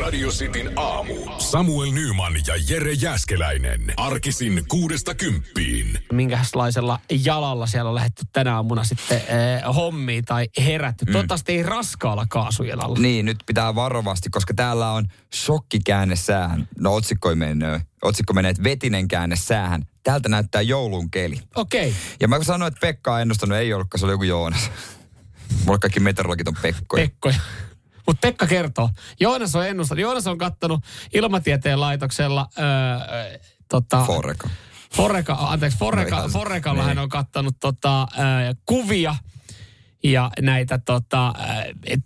Radio Cityn aamu. Samuel Nyman ja Jere Jäskeläinen. Arkisin kuudesta kymppiin. minkälaisella jalalla siellä on lähdetty tänä aamuna sitten eh, hommiin tai herätty. Mm. Toivottavasti ei raskaalla kaasujalalla. Niin, nyt pitää varovasti, koska täällä on shokkikäännessään. No otsikko ei mennyt. Otsikko menee, että vetinen käännessähän. Täältä näyttää joulun keli. Okei. Okay. Ja mä sanoin, että Pekka on ennustanut, ei ollutkaan, se oli joku Joonas. Mulla kaikki meteorologit on Pekkoja. Pekkoja. Mutta Pekka kertoo. Joonas on ennustanut. Joonas on kattanut ilmatieteen laitoksella... Öö, tota, Forreka. Forreka, anteeksi, No Forreka, ihan- Forrekalla niin. hän on kattanut tota, ö, kuvia ja näitä tota, ö,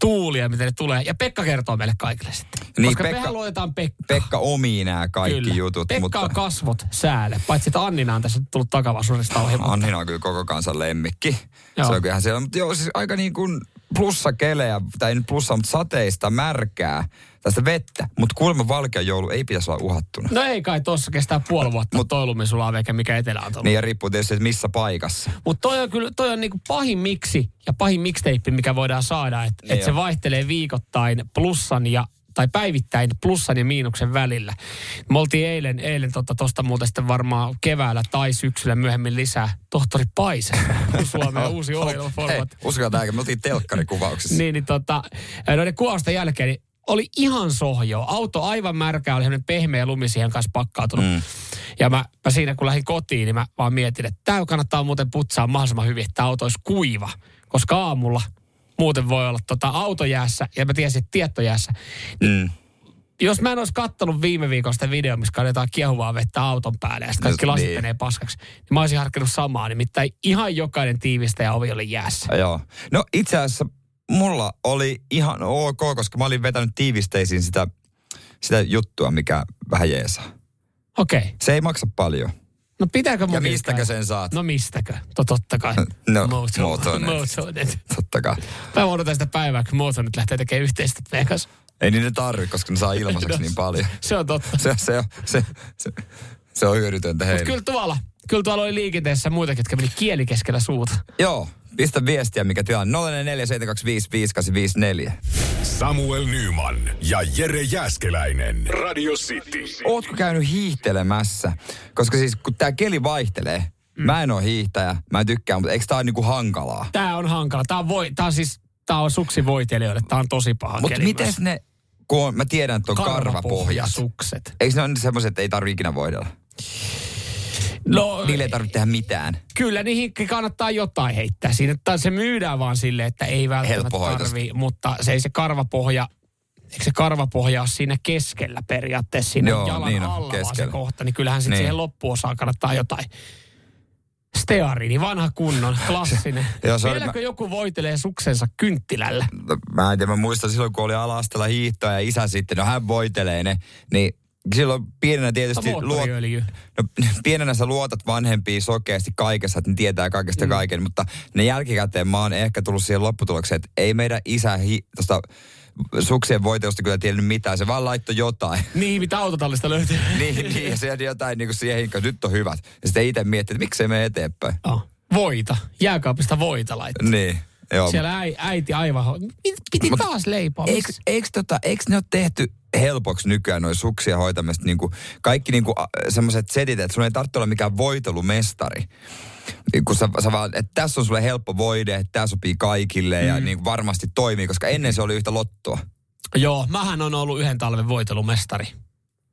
tuulia, miten ne tulee. Ja Pekka kertoo meille kaikille sitten. Niin, Koska Pekka- mehän luetaan Pekka. Pekka omii nämä kaikki Kyllä. jutut. Pekka mutta... on kasvot säälle, paitsi että Annina on tässä tullut takavasurista ohi. mutta- Annina on kyllä koko kansan lemmikki. Joo. Joo. Se on kyllähän siellä, mutta joo, siis aika niin kuin plussa kelejä, tai ei nyt plussa, mutta sateista, märkää, tästä vettä. Mutta kuulemma valkea joulu ei pitäisi olla uhattuna. No ei kai tuossa kestää puoli vuotta, mutta toilumme sulaa veke, mikä etelä on tullut. Niin ja riippuu tietysti, että missä paikassa. Mutta toi on kyllä toi on niinku pahin miksi ja pahin mixtape, mikä voidaan saada, että Niin et se on. vaihtelee viikoittain plussan ja tai päivittäin plussan ja miinuksen välillä. Me oltiin eilen, eilen tuosta tota, tosta muuten sitten varmaan keväällä tai syksyllä myöhemmin lisää tohtori Paisen Suomen uusi Hei, ohjelmaformaatti. uskokaa tämä, me oltiin telkkarikuvauksessa. Niin, niin tota, noiden kuvausten jälkeen niin oli ihan sohjo. Auto aivan märkä, oli semmoinen pehmeä lumi siihen kanssa pakkautunut. Mm. Ja mä, mä, siinä kun lähdin kotiin, niin mä vaan mietin, että tämä kannattaa muuten putsaa mahdollisimman hyvin, että tää auto olisi kuiva. Koska aamulla muuten voi olla tota autojäässä ja mä tiesin, että tiettojäässä. Mm. Jos mä en olisi kattonut viime viikosta video, missä kannetaan kiehuvaa vettä auton päälle ja sitten kaikki No, lasit niin. menee paskaksi, niin mä olisin harkinnut samaa. Nimittäin ihan jokainen tiivistäjä ovi oli jäässä. Joo. No itse asiassa mulla oli ihan ok, koska mä olin vetänyt tiivisteisiin sitä, sitä juttua, mikä vähän jeesaa. Okei. Okay. Se ei maksa paljon. No pitääkö mun Ja mistäkö nyt- sen saat? No mistäkö? To, totta kai. No, Moto- Motonet. Motonet. Totta kai. Mä odotan sitä päivää, kun Motonet lähtee tekemään yhteistyötä meidän kanssa. Ei niin ne tarvi, koska ne saa ilmaiseksi niin paljon. Se on totta. Se, se, on- se, se, se on hyödytöntä heille. Mutta kyllä tuolla, kyllä tuolla oli liikenteessä muitakin, jotka meni kieli keskellä suuta. Joo, pistä viestiä, mikä tilanne. 0447255854. Samuel Nyman ja Jere Jäskeläinen. Radio City. Ootko käynyt hiihtelemässä? Koska siis kun tää keli vaihtelee, mm. mä en oo hiihtäjä, mä tykkään, mutta eikö tää ole niinku hankalaa? Tää on hankala. Tää on, voi, tää on siis, tää on suksi voitelijoille. Tää on tosi paha Mutta keli miten myös. ne, kun on, mä tiedän, että on karvapohjat. Sukset. Eikö ne ole semmoiset, että ei tarvi ikinä voidella? No, Niille ei tarvitse tehdä mitään. kyllä niihin kannattaa jotain heittää siinä. Tai se myydään vaan silleen, että ei välttämättä Helppohoitoista. tarvii, mutta se ei se karvapohja, eikö se karvapohja ole siinä keskellä periaatteessa siinä Joo, Joo, jalan niin niin on, alla vaan se keskellä. kohta, niin kyllähän sitten Niin. niin. siihen loppuosaan kannattaa jotain. Steariini, vanha kunnon, klassinen. Joo, se oli Vieläkö mä- joku voitelee suksensa kynttilällä? No, mä en tiedä, mä muistan silloin, kun oli ala-asteella hiihtoa ja isä sitten, no hän voitelee ne, niin silloin pienenä tietysti No, luot, moottoriöljy. no, pienenä sä luotat vanhempiin sokeasti kaikessa, että ne tietää kaikesta mm. kaiken, mutta ne jälkikäteen mä oon ehkä tullut siihen lopputulokseen, että ei meidän isä hi, tosta suksien voitelusta kyllä tiennyt mitään, se vaan laittoi jotain. Niin, mitä autotallista löytyy. niin, niin, ja se jäi jotain niin kuin siihen, kun nyt on hyvät. Ja sitten itse miettii, että miksei me eteenpäin. Joo. Voita. Jääkaapista voita laittaa. Niin, joo. Siellä äi, äiti aivan... ho- Mit- Piti Mut taas leipoa. Eikö, Miksi? eikö, tota, eikö ne ole tehty helpoksi nykyään noin suksia hoitamista? Niin kuin kaikki niin kuin, semmoiset setit, että sun ei tarvitse olla mikään voitelumestari. Niin Kun sä, sä vaan, että tässä on sulle helppo voide, että tämä sopii kaikille ja Mm. niin kuin varmasti toimii, koska ennen se oli yhtä lottoa. Joo, mähän on ollut yhden talven voitelumestari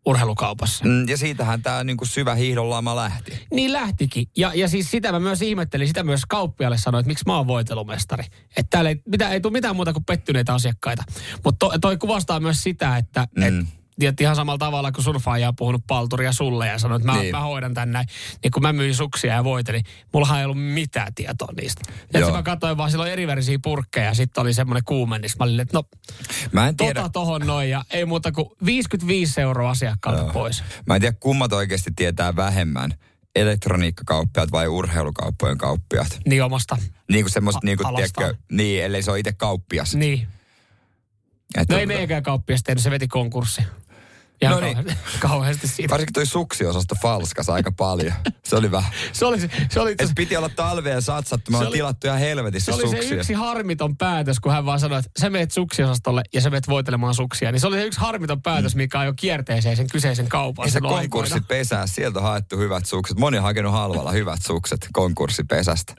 urheilukaupassa. Mm, Ja siitähän tämä niin kuin syvä hiihdon lama lähti. Niin lähtikin. Ja, ja siis sitä mä myös ihmettelin, sitä myös kauppialle sanoin, että miksi mä oon voitelumestari. Että täällä ei, mitä, ei tule mitään muuta kuin pettyneitä asiakkaita. Mutta to, toi kuvastaa myös sitä, että mm. et tiedät, ihan samalla tavalla kuin surfaaja on puhunut palturia sulle ja sanoi, että mä, Niin. niin. mä hoidan tän näin. Niin kun mä myin suksia ja voitelin, mullahan ei ollut mitään tietoa niistä. Ja Joo. mä katsoin vaan silloin erivärisiä purkkeja ja sitten oli semmoinen kuumennus. Mä olin, että no Mä en tiedä. tota tohon noin ja ei muuta kuin 55 euroa asiakkaalta pois. Mä en tiedä, kummat oikeasti tietää vähemmän, elektroniikkakauppiaat vai urheilukauppojen kauppiaat. Niin omasta. Niin kuin semmoista, A- niin kuin, alastaan. tiedätkö, niin, ellei se ole itse kauppias. Niin. Että- No ei meikään kauppias tehnyt, se veti konkurssi. Ja No no niin. niin. kauheasti siitä. Varsinkin toi suksiosasto falskas aika paljon. Se oli vähän. Se oli, se- se oli, Et piti olla talveen satsattu. Me Se on oli- tilattu ihan se helvetissä oli se suksia. yksi harmiton päätös, kun hän vaan sanoi, että sä meet suksiosastolle ja sä meet voitelemaan suksia. Niin se oli se yksi harmiton päätös, mikä ajoi kierteeseen sen kyseisen kaupan. Mm. Ei se silloin aikoinaan. konkurssipesää, sieltä on haettu hyvät sukset. Moni on hakenut halvalla hyvät sukset konkurssipesästä.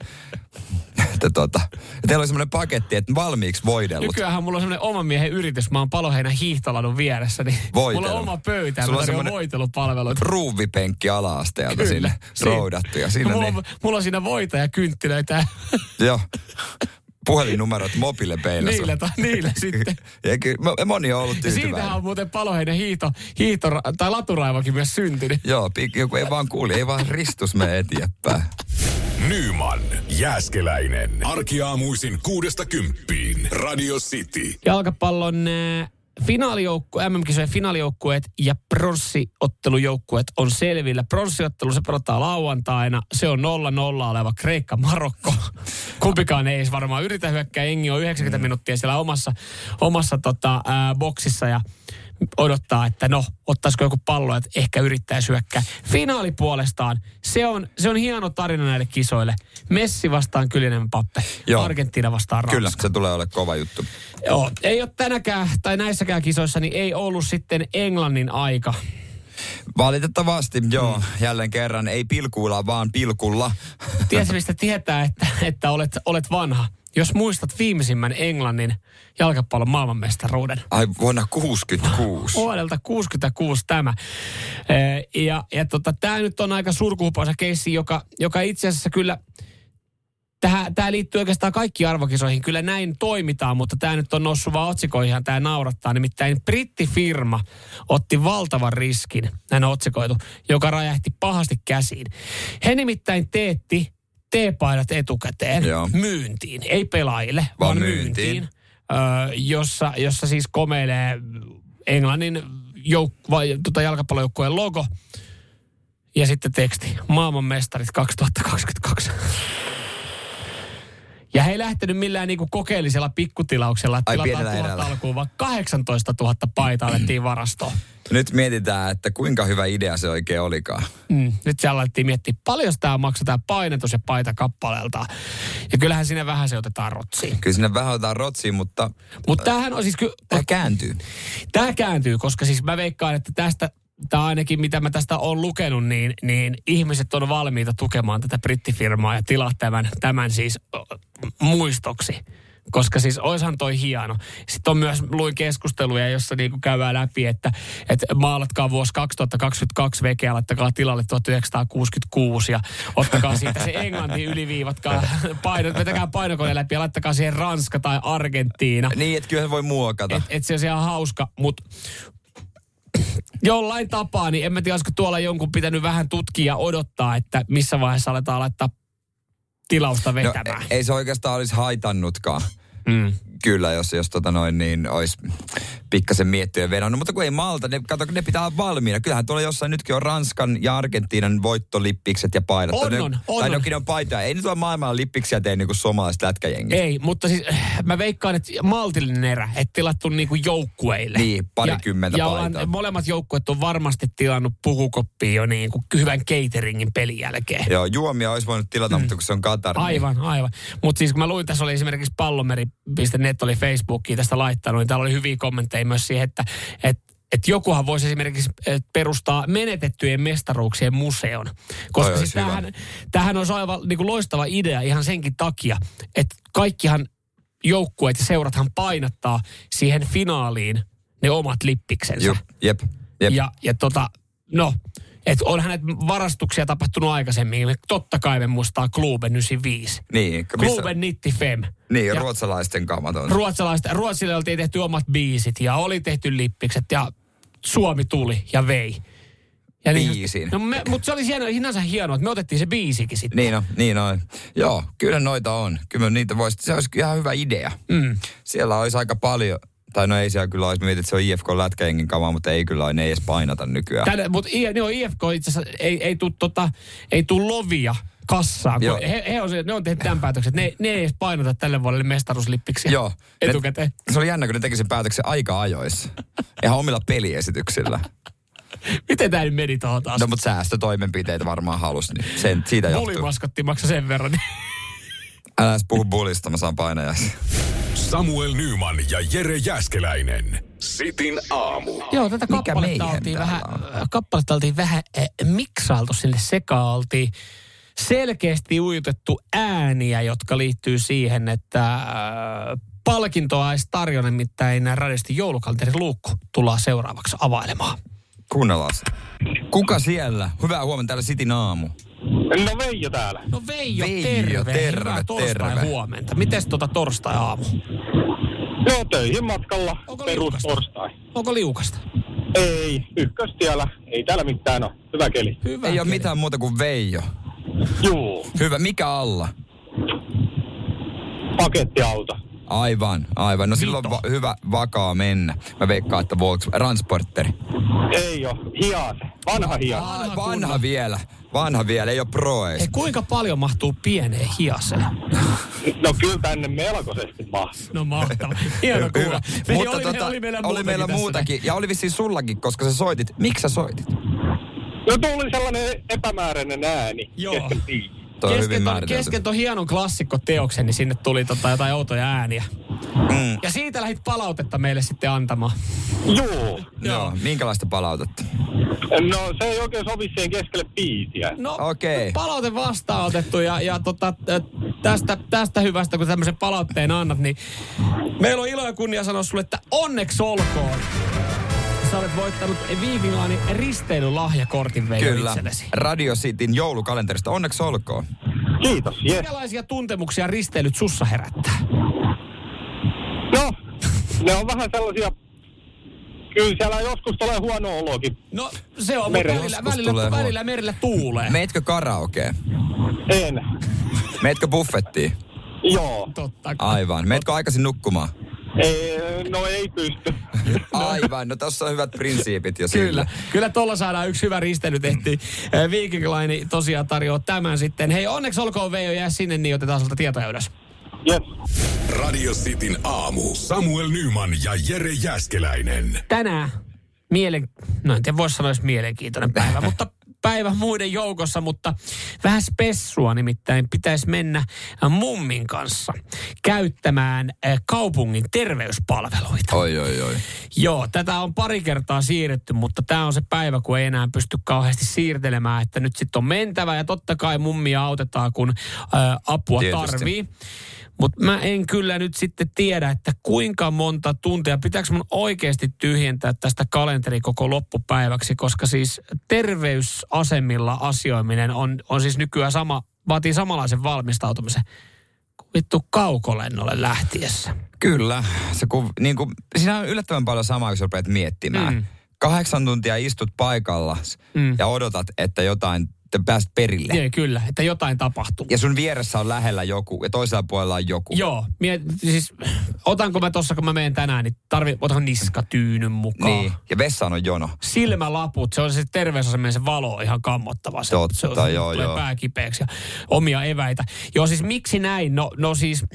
Että tota, ja teillä oli semmoinen paketti, että valmiiksi voidellut. Nykyäänhän mulla on semmoinen oman miehen yritys. Mä oon paloheinän hiihtoladun vieressä, niin Voitelu. mulla on oma pöytä. ja Sulla Mä tarjoan on semmoinen- voitelupalveluita. Ruuvipenkki ala-asteelta sinne Siinä- roudattu. Ja siinä mulla, niin, on- mulla on siinä voita ja kynttilöitä. joo, puhelinnumerot mobiile peilassa. niillä, ta, niillä sitten. Ja ky, mo- moni on ollut Ja siitähän tyytyväinen. on muuten paloheinen hiihto, hiihto tai laturaivakin myös syntynyt. Joo, pik- joku ei vaan kuuli, ei vaan ristus me eteenpäin. Nyman Jääskeläinen. Arkiaamuisin kuudesta kymppiin. Radio City. Jalkapallon äh, finaalijoukku, MM-kisojen finaalijoukkueet ja pronssiottelujoukkueet on selvillä. Pronssiottelu se pelataan lauantaina. Se on 0-0 oleva Kreikka-Marokko. Kumpikaan ei edes varmaan yritä hyökkää. Engi on 90 Mm. minuuttia siellä omassa, omassa tota, äh, boksissa ja odottaa, että no, ottaisiko joku pallo, että ehkä yrittäisi hyökkää. Finaali puolestaan, se on, se on hieno tarina näille kisoille. Messi vastaan Kylian Mbappe, Joo. Argentiina vastaan Ranska. Kyllä, se tulee olemaan kova juttu. Joo, ei ole tänäkään tai näissäkään kisoissa, niin ei ollut sitten Englannin aika. Valitettavasti, joo, jälleen kerran, ei pilkuilla, vaan pilkulla. Tiesi mistä tietää, että, että olet, olet vanha. Jos muistat viimeisimmän Englannin jalkapallon maailmanmestaruuden. Ai vuonna 66. Vuodelta 66 tämä. Ee, Ja, ja tota, tämä nyt on aika surkuhupaisa keissi, joka, joka itse asiassa kyllä, tämä liittyy oikeastaan kaikkiin arvokisoihin. Kyllä näin toimitaan, mutta tämä nyt on noussut vaan otsikoihin tämä naurattaa. Nimittäin brittifirma otti valtavan riskin, näin on otsikoitu, joka räjähti pahasti käsiin. He nimittäin teetti teepaidat etukäteen Joo. myyntiin, ei pelaajille, vaan, vaan myyntiin. myyntiin. myyntiin ö, jossa, jossa siis komeilee Englannin jouk- vai, tota jalkapallojoukkueen logo ja sitten teksti. Maailman mestarit 2022. Ja he ei lähtenyt millään niinku kokeellisella pikkutilauksella, että Ai, tilataan pienellä tuhat erällä. alkuun, vaan 18 000 paitaa alettiin varastoon. Nyt mietitään, että kuinka hyvä idea se oikein olikaan. Mm. Nyt siellä alettiin miettiä, paljon tämä maksaa tämä painetus ja paita kappaleelta. Ja kyllähän siinä vähän se otetaan rotsiin. Kyllä sinne vähän otetaan rotsiin, mutta Mutta tämähän on siis, ky- tämä kääntyy. Tämä kääntyy, koska siis mä veikkaan, että tästä, tai ainakin mitä mä tästä olen lukenut, niin, niin ihmiset on valmiita tukemaan tätä brittifirmaa ja tilaa tämän, tämän siis o, muistoksi. Koska siis oishan toi hieno. Sitten on myös, luin keskusteluja, jossa niinku käydään läpi, että, että maalatkaa vuosi 2022 veke ja laittakaa tilalle 1966 ja ottakaa siitä se englanti yliviivatkaa, paino, vetäkää painokone läpi ja laittakaa siihen Ranska tai Argentiina. Niin, että kyllä se voi muokata. Et, et se on ihan hauska, mutta jollain tapaa, niin en mä tiedä, olisiko tuolla jonkun pitänyt vähän tutkia ja odottaa, että missä vaiheessa aletaan laittaa tilausta No, vetämään. e- ei se oikeastaan olisi haitannutkaan. mm. Kyllä, jos, jos tota noin, niin olisi pikkasen miettiä vedannut. Mutta kun ei malta, ne, kato, kun ne pitää olla valmiina. Kyllähän tuolla jossain nytkin on Ranskan ja Argentiinan voittolippikset ja paidat. On, ne, on, on, tai on. nekin on paitoja. Ei nyt ole maailmalla lippiksiä tee niin kuin suomalaiset lätkäjengit. Ei, mutta siis äh, mä veikkaan, että maltillinen erä, että tilattu niinku joukkueille. Niin, parikymmentä ja, ja ollaan, paitaa. molemmat joukkueet on varmasti tilannut puhukoppiin jo niinku hyvän cateringin pelin jälkeen. Joo, juomia olisi voinut tilata, mutta kun se on Katar. niin- Mm. Aivan, aivan. Mutta siis kun mä luin, tässä oli esimerkiksi pallomeri.net oli Facebookiin tästä laittanut, niin täällä oli hyviä kommentteja myös siihen, että et, et jokuhan voisi esimerkiksi et, perustaa menetettyjen mestaruuksien museon. Koska Toi siis olisi hyvä. tämähän, tämähän olisi aivan niin kuin loistava idea ihan senkin takia, että kaikkihan joukkueet ja seurathan painattaa siihen finaaliin ne omat lippiksensä. Jep, jep, jep. Ja, ja tota, no, et onhan näitä varastuksia tapahtunut aikaisemmin. Me- Totta kai me muistaa Kluben 95. Niin, k- missä, Kluben 95. niin ja- ruotsalaisten kamat on. Ruotsalaiset, Ruotsille oltiin tehty omat biisit ja oli tehty lippikset ja Suomi tuli ja vei. Ja Biisin. No me, mutta se oli hieno, sinänsä hienoa, että me otettiin se biisikin sitten. Niin on, niin on. Joo, kyllä noita on. Kyllä niitä voisi, se olisi ihan hyvä idea. Mm. Siellä olisi aika paljon, tai no ei siellä kyllä olisi, mietit, että se on IFK lätkäjenkin kamaa, mutta ei kyllä ole, ne ei edes painata nykyään. Tänne, mutta I, ne on IFK itse asiassa, ei, ei tule tota, ei tuu lovia kassaan. Joo. Kun he, he on, se- ne on tehnyt tämän päätöksen, että ne, ne ei edes painota tälle vuodelle mestaruuslippiksiä Joo. Ne- etukäteen. Se oli jännä, kun ne teki sen päätöksen aika ajoissa. Ihan omilla peliesityksillä. Miten tämä nyt meni tuohon taas? No, mutta säästötoimenpiteitä varmaan halusi, niin sen, siitä johtuu. Pulimaskatti maksaa sen verran. niin- Älä edes puhu bulista, mä saan painajaisen. Samuel Nyman ja Jere Jäskeläinen. Sitin aamu. Joo, tätä Mikä kappaletta meihem oltiin, täällä vähän, kappaletta oltiin vähän äh, miksailtu sinne sekaan. Oltiin selkeästi ujutettu ääniä, jotka liittyy siihen, että äh, palkintoa ei tarjona, nimittäin radiosti joulukalenterin luukku tullaan seuraavaksi availemaan. Kuunnellaan se. Kuka siellä? Hyvää huomenta täällä Sitin aamu. No Veijo täällä. No Veijo, Veijo, terve. terve, Hyvää torstai terve. huomenta. Mites tota torstai-aamu? Joo, töihin matkalla. Onko Perus liukasta? torstai. Onko liukasta? Ei, ykköstiellä. Ei täällä mitään ole. Hyvä keli. Hyvä. Ei ole keli. mitään muuta kuin Veijo. Juu, Hyvä, mikä alla? pakettiauto. Aivan, aivan. No silloin Vito. va- hyvä vakaa mennä. Mä veikkaan, että Volkswagen. Transporteri. Ei oo. Hiase. Vanha hiase. Vanha Vanha, kunnon. vanha vielä. Vanha vielä, ei ole pro ees. Hei, kuinka paljon mahtuu pieneen hiaseen? No kyllä tänne melkoisesti mahtuu. No mahtava. Hieno kuva. Hyvä. Veli, Mutta tota, oli meillä tässä muutakin. Ja oli vissiin sullakin, koska sä soitit. Miksi sä soitit? No tuli sellainen epämääräinen ääni. Joo. Kesken biisin. Toi on hyvin kesken, ton, määritelty. kesken ton hienon klassikkoteoksen, niin sinne tuli tota jotain outoja ääniä. Mm. Ja siitä lähdit palautetta meille sitten antamaan. Joo. Joo. Minkälaista palautetta? No se ei oikein sovi siihen keskelle biisiä. No, Okei. palaute vastaanotettu ja, ja tota, ö, tästä, tästä hyvästä, kun tämmöisen palautteen annat, niin meillä on ilo ja kunnia sanoa sulle, että onneksi olkoon. Sä olet voittanut Viivinlaanin risteilylahjakortin meidän Kyllä. itsellesi. Radio Cityn joulukalenterista. Onneksi olkoon. Kiitos, jes. Minkälaisia tuntemuksia risteilyt sussa herättää? No, ne on vähän sellaisia... Kyllä siellä joskus tulee huono olokin. No se on, mutta Merellä välillä, joskus välillä, tulee huo- välillä merillä tuulee. Meetkö karaokeen? En. Meetkö buffettiin? Joo. Totta kai. Aivan. Meetkö aikaisin nukkumaan? Ei, no ei pysty. Aivan. No tässä on hyvät prinsiipit jo Kyllä, sillä. kyllä tuolla saadaan yksi hyvä risteily tehtiin. Eh, Viking Line tosiaan tarjoaa tämän sitten. Hei, onneksi olkoon Veijo, jää sinne, niin otetaan sulta tietoja ylös. Jes. Radio Cityn aamu. Samuel Nyman ja Jere Jäskeläinen. Tänään mielen... No en tiedä, voisi sanoa jos mielenkiintoinen päivä, mutta päivä muiden joukossa, mutta vähän spessua nimittäin pitäisi mennä äh, mummin kanssa käyttämään eh, kaupungin terveyspalveluita. Oi, oi, oi. Joo, tätä on pari kertaa siirretty, mutta tämä on se päivä, kun ei enää pysty kauheasti siirtelemään, että nyt sitten on mentävä ja totta kai mummia autetaan, kun ää, apua Tietysti. tarvii. Mutta mä en kyllä nyt sitten tiedä, että kuinka monta tuntia, pitääkö mun oikeasti tyhjentää tästä kalenteri koko loppupäiväksi, koska siis terveysasemilla asioiminen on, on siis nykyään sama, vaatii samanlaisen valmistautumisen kuin vittu kaukolennolle lähtiessä. Kyllä. Se kun, niin kuin, siinä on yllättävän paljon samaa, kun sä rupeat miettimään. Mm. Mm. Kahdeksan tuntia istut paikalla Mm. mm. ja odotat, että jotain te pääst perille. Ei, kyllä, että jotain tapahtuu. Ja sun vieressä on lähellä joku ja toisella puolella on joku. Joo, mie, siis otanko mä tossa, kun mä menen tänään, niin tarvi, otan niskatyynyn mukaan. Niin. Niin. Ja vessaan on jono. Silmälaput, se on se terveysasemien se valo on ihan kammottava. Se, Totta, se, on- joo, tulee joo. pää kipeäksi ja omia eväitä. Joo, siis miksi näin? No, no siis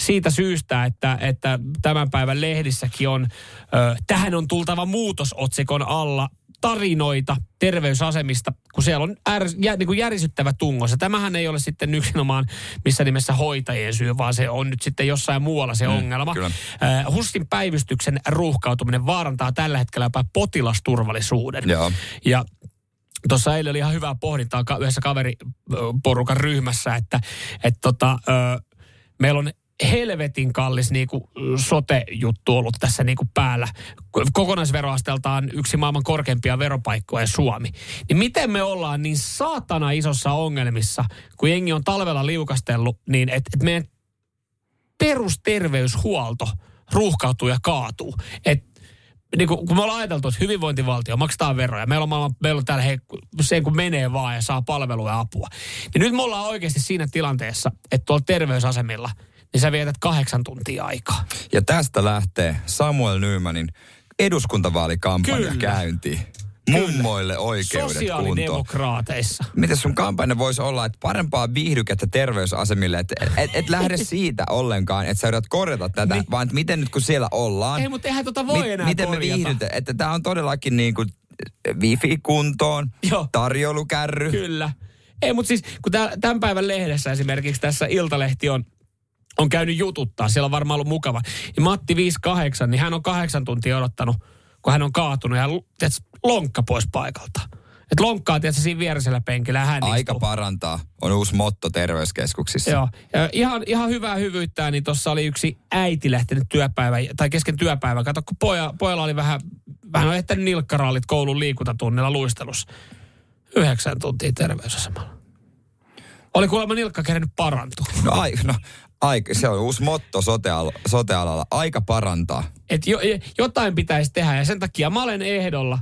siitä syystä, että, että tämän päivän lehdissäkin on, ö, tähän on tultava muutosotsikon alla tarinoita terveysasemista, kun siellä on är, jä, niin kuin järisyttävä tungos. Ja tämähän ei ole sitten yksinomaan missä nimessä hoitajien syy, vaan se on nyt sitten jossain muualla se mm, ongelma. kyllä. Ö, HUSin päivystyksen ruuhkautuminen vaarantaa tällä hetkellä jopa potilasturvallisuuden. Joo. Ja tuossa eilen oli ihan hyvää pohdintaa ka- yhdessä kaveriporukan ryhmässä, että et tota, ö, meillä on helvetin kallis niinku, sote-juttu ollut tässä niinku, päällä. Ko- Kokonaisveroasteeltaan yksi maailman korkeimpia veropaikkoja Suomi. Niin miten me ollaan niin saatana isossa ongelmissa, kun jengi on talvella liukastellut, niin että et meidän perusterveyshuolto ruuhkautuu ja kaatuu. Et niin kuin, kun me ollaan ajateltu, että hyvinvointivaltio maksaa veroja, meillä on, maailman, meillä on täällä hei, sen kun menee vaan ja saa palvelua ja apua. Niin nyt me ollaan oikeasti siinä tilanteessa, että tuolla terveysasemilla, niin sä vietät kahdeksan tuntia aikaa. Ja tästä lähtee Samuel Nymanin eduskuntavaalikampanja Kyllä. käyntiin. Mummoille oikeudet kuntoon. Sosiaalidemokraateissa. Miten sun kampanja voisi olla, että parempaa viihdykettä terveysasemille, että et, et, et lähde siitä ollenkaan, että sä yrität korjata tätä, niin. vaan että miten nyt kun siellä ollaan, Ei, mutta eihän tota voi enää miten me korjata. viihdytään, että tämä on todellakin niin kuin wifi kuntoon, Joo. tarjoulukärry. Kyllä. Ei, mutta siis kun tää- tämän päivän lehdessä esimerkiksi tässä Iltalehti on, on käynyt jututtaa, siellä on varmaan ollut mukava. Ja Matti 58, niin hän on kahdeksan tuntia odottanut, kun hän on kaatunut ja tiedätkö, lonkka pois paikalta. Et lonkkaa tietysti siinä vierisellä penkillä ja hän Aika istuu. parantaa, on uusi motto terveyskeskuksissa. Joo. Ja ihan, ihan hyvää hyvyyttää, niin tuossa oli yksi äiti lähtenyt työpäivän, tai kesken työpäivän. Kato, kun poja, pojalla oli vähän, vähän on ehtänyt nilkkarallit koulun liikuntatunnilla luistelussa. Yhdeksän tuntia terveysasemalla. Oli kuulemma nilkka kerännyt parantua. No, ai, no ai, se on uusi motto sote-al- sote-alalla, aika parantaa. Et jo, jo- jotain pitäisi tehdä ja sen takia mä olen ehdolla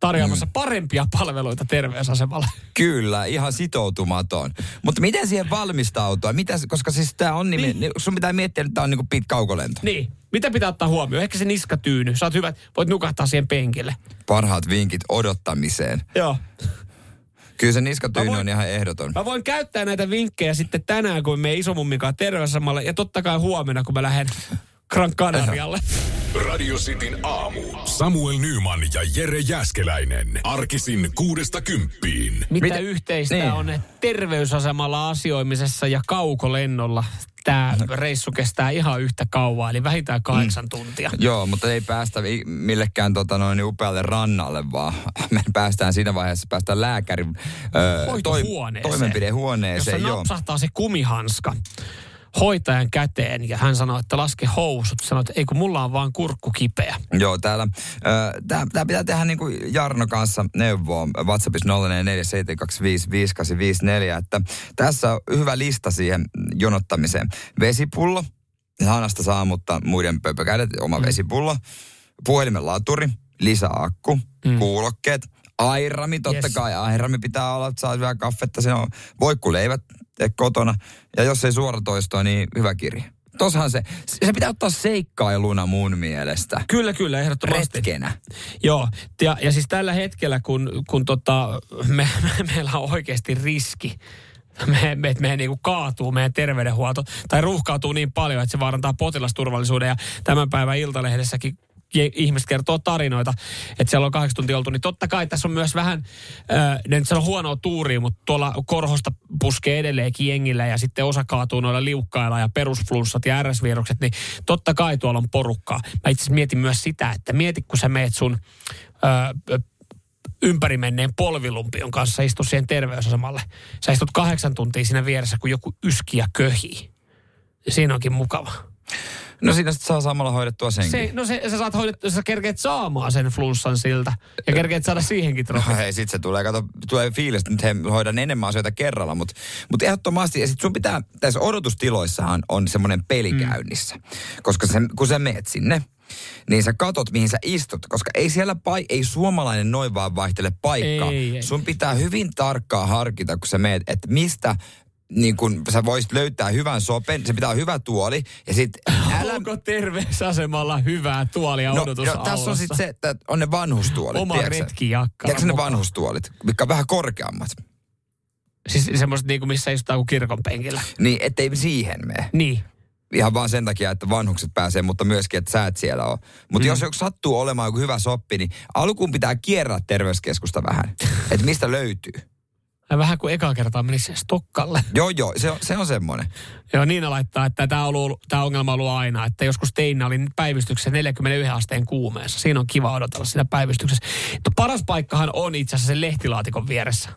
tarjoamassa parempia palveluita terveysasemalle. Kyllä, ihan sitoutumaton. Mutta miten siihen valmistautua? Mitä, se- koska siis tämä on nimi, niin. sun pitää miettiä, että tämä on niinku pitkä kaukolento. Niin, mitä pitää ottaa huomioon? Ehkä se niska tyyny. Sä oot hyvä, voit nukahtaa siihen penkille. Parhaat vinkit odottamiseen. Joo. Kyllä se niskatyyny Mä voin- on ihan ehdoton. Mä voin käyttää näitä vinkkejä sitten tänään, kun me isomumminkaan terveysasemalle. Ja totta kai huomenna, kun mä lähden Gran Canarialle. Radio Cityn aamu. Samuel Nyman ja Jere Jäskeläinen. Arkisin kuudesta kymppiin. Mitä Mitä- yhteistä niin. niin. on terveysasemalla asioimisessa ja kaukolennolla? Tämä reissu kestää ihan yhtä kauan, eli vähintään kahdeksan mm. tuntia. Joo, mutta ei päästä vi- millekään tota, noin upealle rannalle, vaan me päästään siinä vaiheessa, päästään lääkärin ö, Hoitohuoneeseen. toimenpidehuoneeseen. Jossa Joo. napsahtaa se kumihanska hoitajan käteen ja hän sanoo, että laske housut. Sanoo, että ei kun mulla on vaan kurkku kipeä. Joo, täällä. Tämä pitää tehdä niin kuin Jarno kanssa neuvoa WhatsAppissa 0447255854, että tässä on hyvä lista siihen jonottamiseen. Vesipullo, hanasta saa, mutta muiden pöpökädet, oma vesipullo, puhelimen laturi, lisäakku, mm. kuulokkeet, airami, totta yes. Yes. kai airami pitää olla, että saa vähän kaffetta, siinä on voikkuleivät tee kotona, ja jos ei suoratoistoa, niin hyvä kirja. Tossahan se, se pitää ottaa seikkailuna mun mielestä Kyllä, kyllä, ehdottomasti. retkenä. Joo, ja, ja siis tällä hetkellä, kun, kun tota, me, me, meillä on oikeasti riski, me, me, me niin kuin kaatuu meidän terveydenhuolto, tai ruuhkautuu niin paljon, että se vaarantaa potilasturvallisuuden, ja tämän päivän Iltalehdessäkin je- ihmiset kertoo tarinoita, että siellä on kahdeksan tuntia oltu, niin totta kai tässä on myös vähän, äh, ne nyt sanoo huonoa tuuria, mutta tuolla korhosta puskee edelleenkin jengillä ja sitten osa kaatuu noilla liukkailla ja perusflunssat ja RS-virukset, niin totta kai tuolla on porukkaa. Mä itse asiassa mietin myös sitä, että mieti kun sä meet sun äh, ympäri menneen polvilumpion kanssa istu siihen terveysasemalle. Sä istut kahdeksan tuntia siinä vieressä, kun joku yskiä köhii. Siinä onkin mukava. No siinä sit saa samalla hoidettua senkin. Se, no se, sä saat hoidettua, sä kerkeet saamaan sen flunssan siltä. Ja kerkeet saada siihenkin No trofeja. hei, sit se tulee, kato, tulee fiilis, että nyt he hoidan enemmän asioita kerralla, mutta mut ehdottomasti, ja sit sun pitää, tässä odotustiloissahan on semmoinen peli mm. käynnissä, koska se, kun sä meet sinne, niin sä katot, mihin sä istut, koska ei siellä pai, ei suomalainen noin vaan vaihtele paikkaa. Ei, ei. Sun pitää hyvin tarkkaan harkita, kun sä meet, että mistä niin kun sä voisit löytää hyvän sopen, se pitää olla hyvä tuoli, ja sit älä... Onko terveysasemalla hyvää tuolia No, odotusaulassa? no, tässä on sitten se, että on ne vanhustuolit. Oma tiedätkö sä? retkijakkara Tiedätkö ne mukaan. vanhustuolit, mitkä on vähän korkeammat? Siis semmoiset niinku, missä istutaan kuin kirkon penkillä. Niin, ettei siihen mene. Niin. Ihan vaan sen takia, että vanhukset pääsee, mutta myöskin, että sä et siellä ole. Mutta mm. jos joku sattuu olemaan joku hyvä soppi, niin alkuun pitää kierrää terveyskeskusta vähän. Että mistä löytyy. Ja Vähän kuin eka kertaa menisi Stokkalle. Joo, joo, se on, se on semmoinen. Joo, Niina laittaa, että tämä, on ollut, tämä ongelma on ollut aina, että joskus teinä oli päivystyksessä 41 asteen kuumeessa. Siinä on kiva odotella siinä päivystyksessä. Mutta paras paikkahan on itse asiassa sen lehtilaatikon vieressä.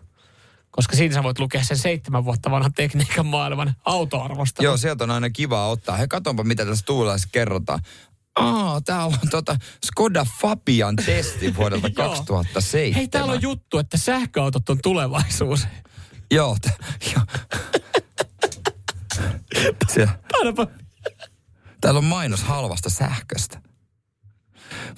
Koska siinä sä voit lukea sen seitsemän vuotta vanhan tekniikan maailman autoarvosta. Joo, sieltä on aina kiva ottaa. He katonpa, mitä tässä tuulaissa kerrotaan. Aa, täällä on tota Skoda Fabian testi vuodelta Joo. 2007. Hei, täällä on juttu, että sähköautot on tulevaisuus. Joo, t- joo. Siellä- Aina Täällä on mainos halvasta sähköstä.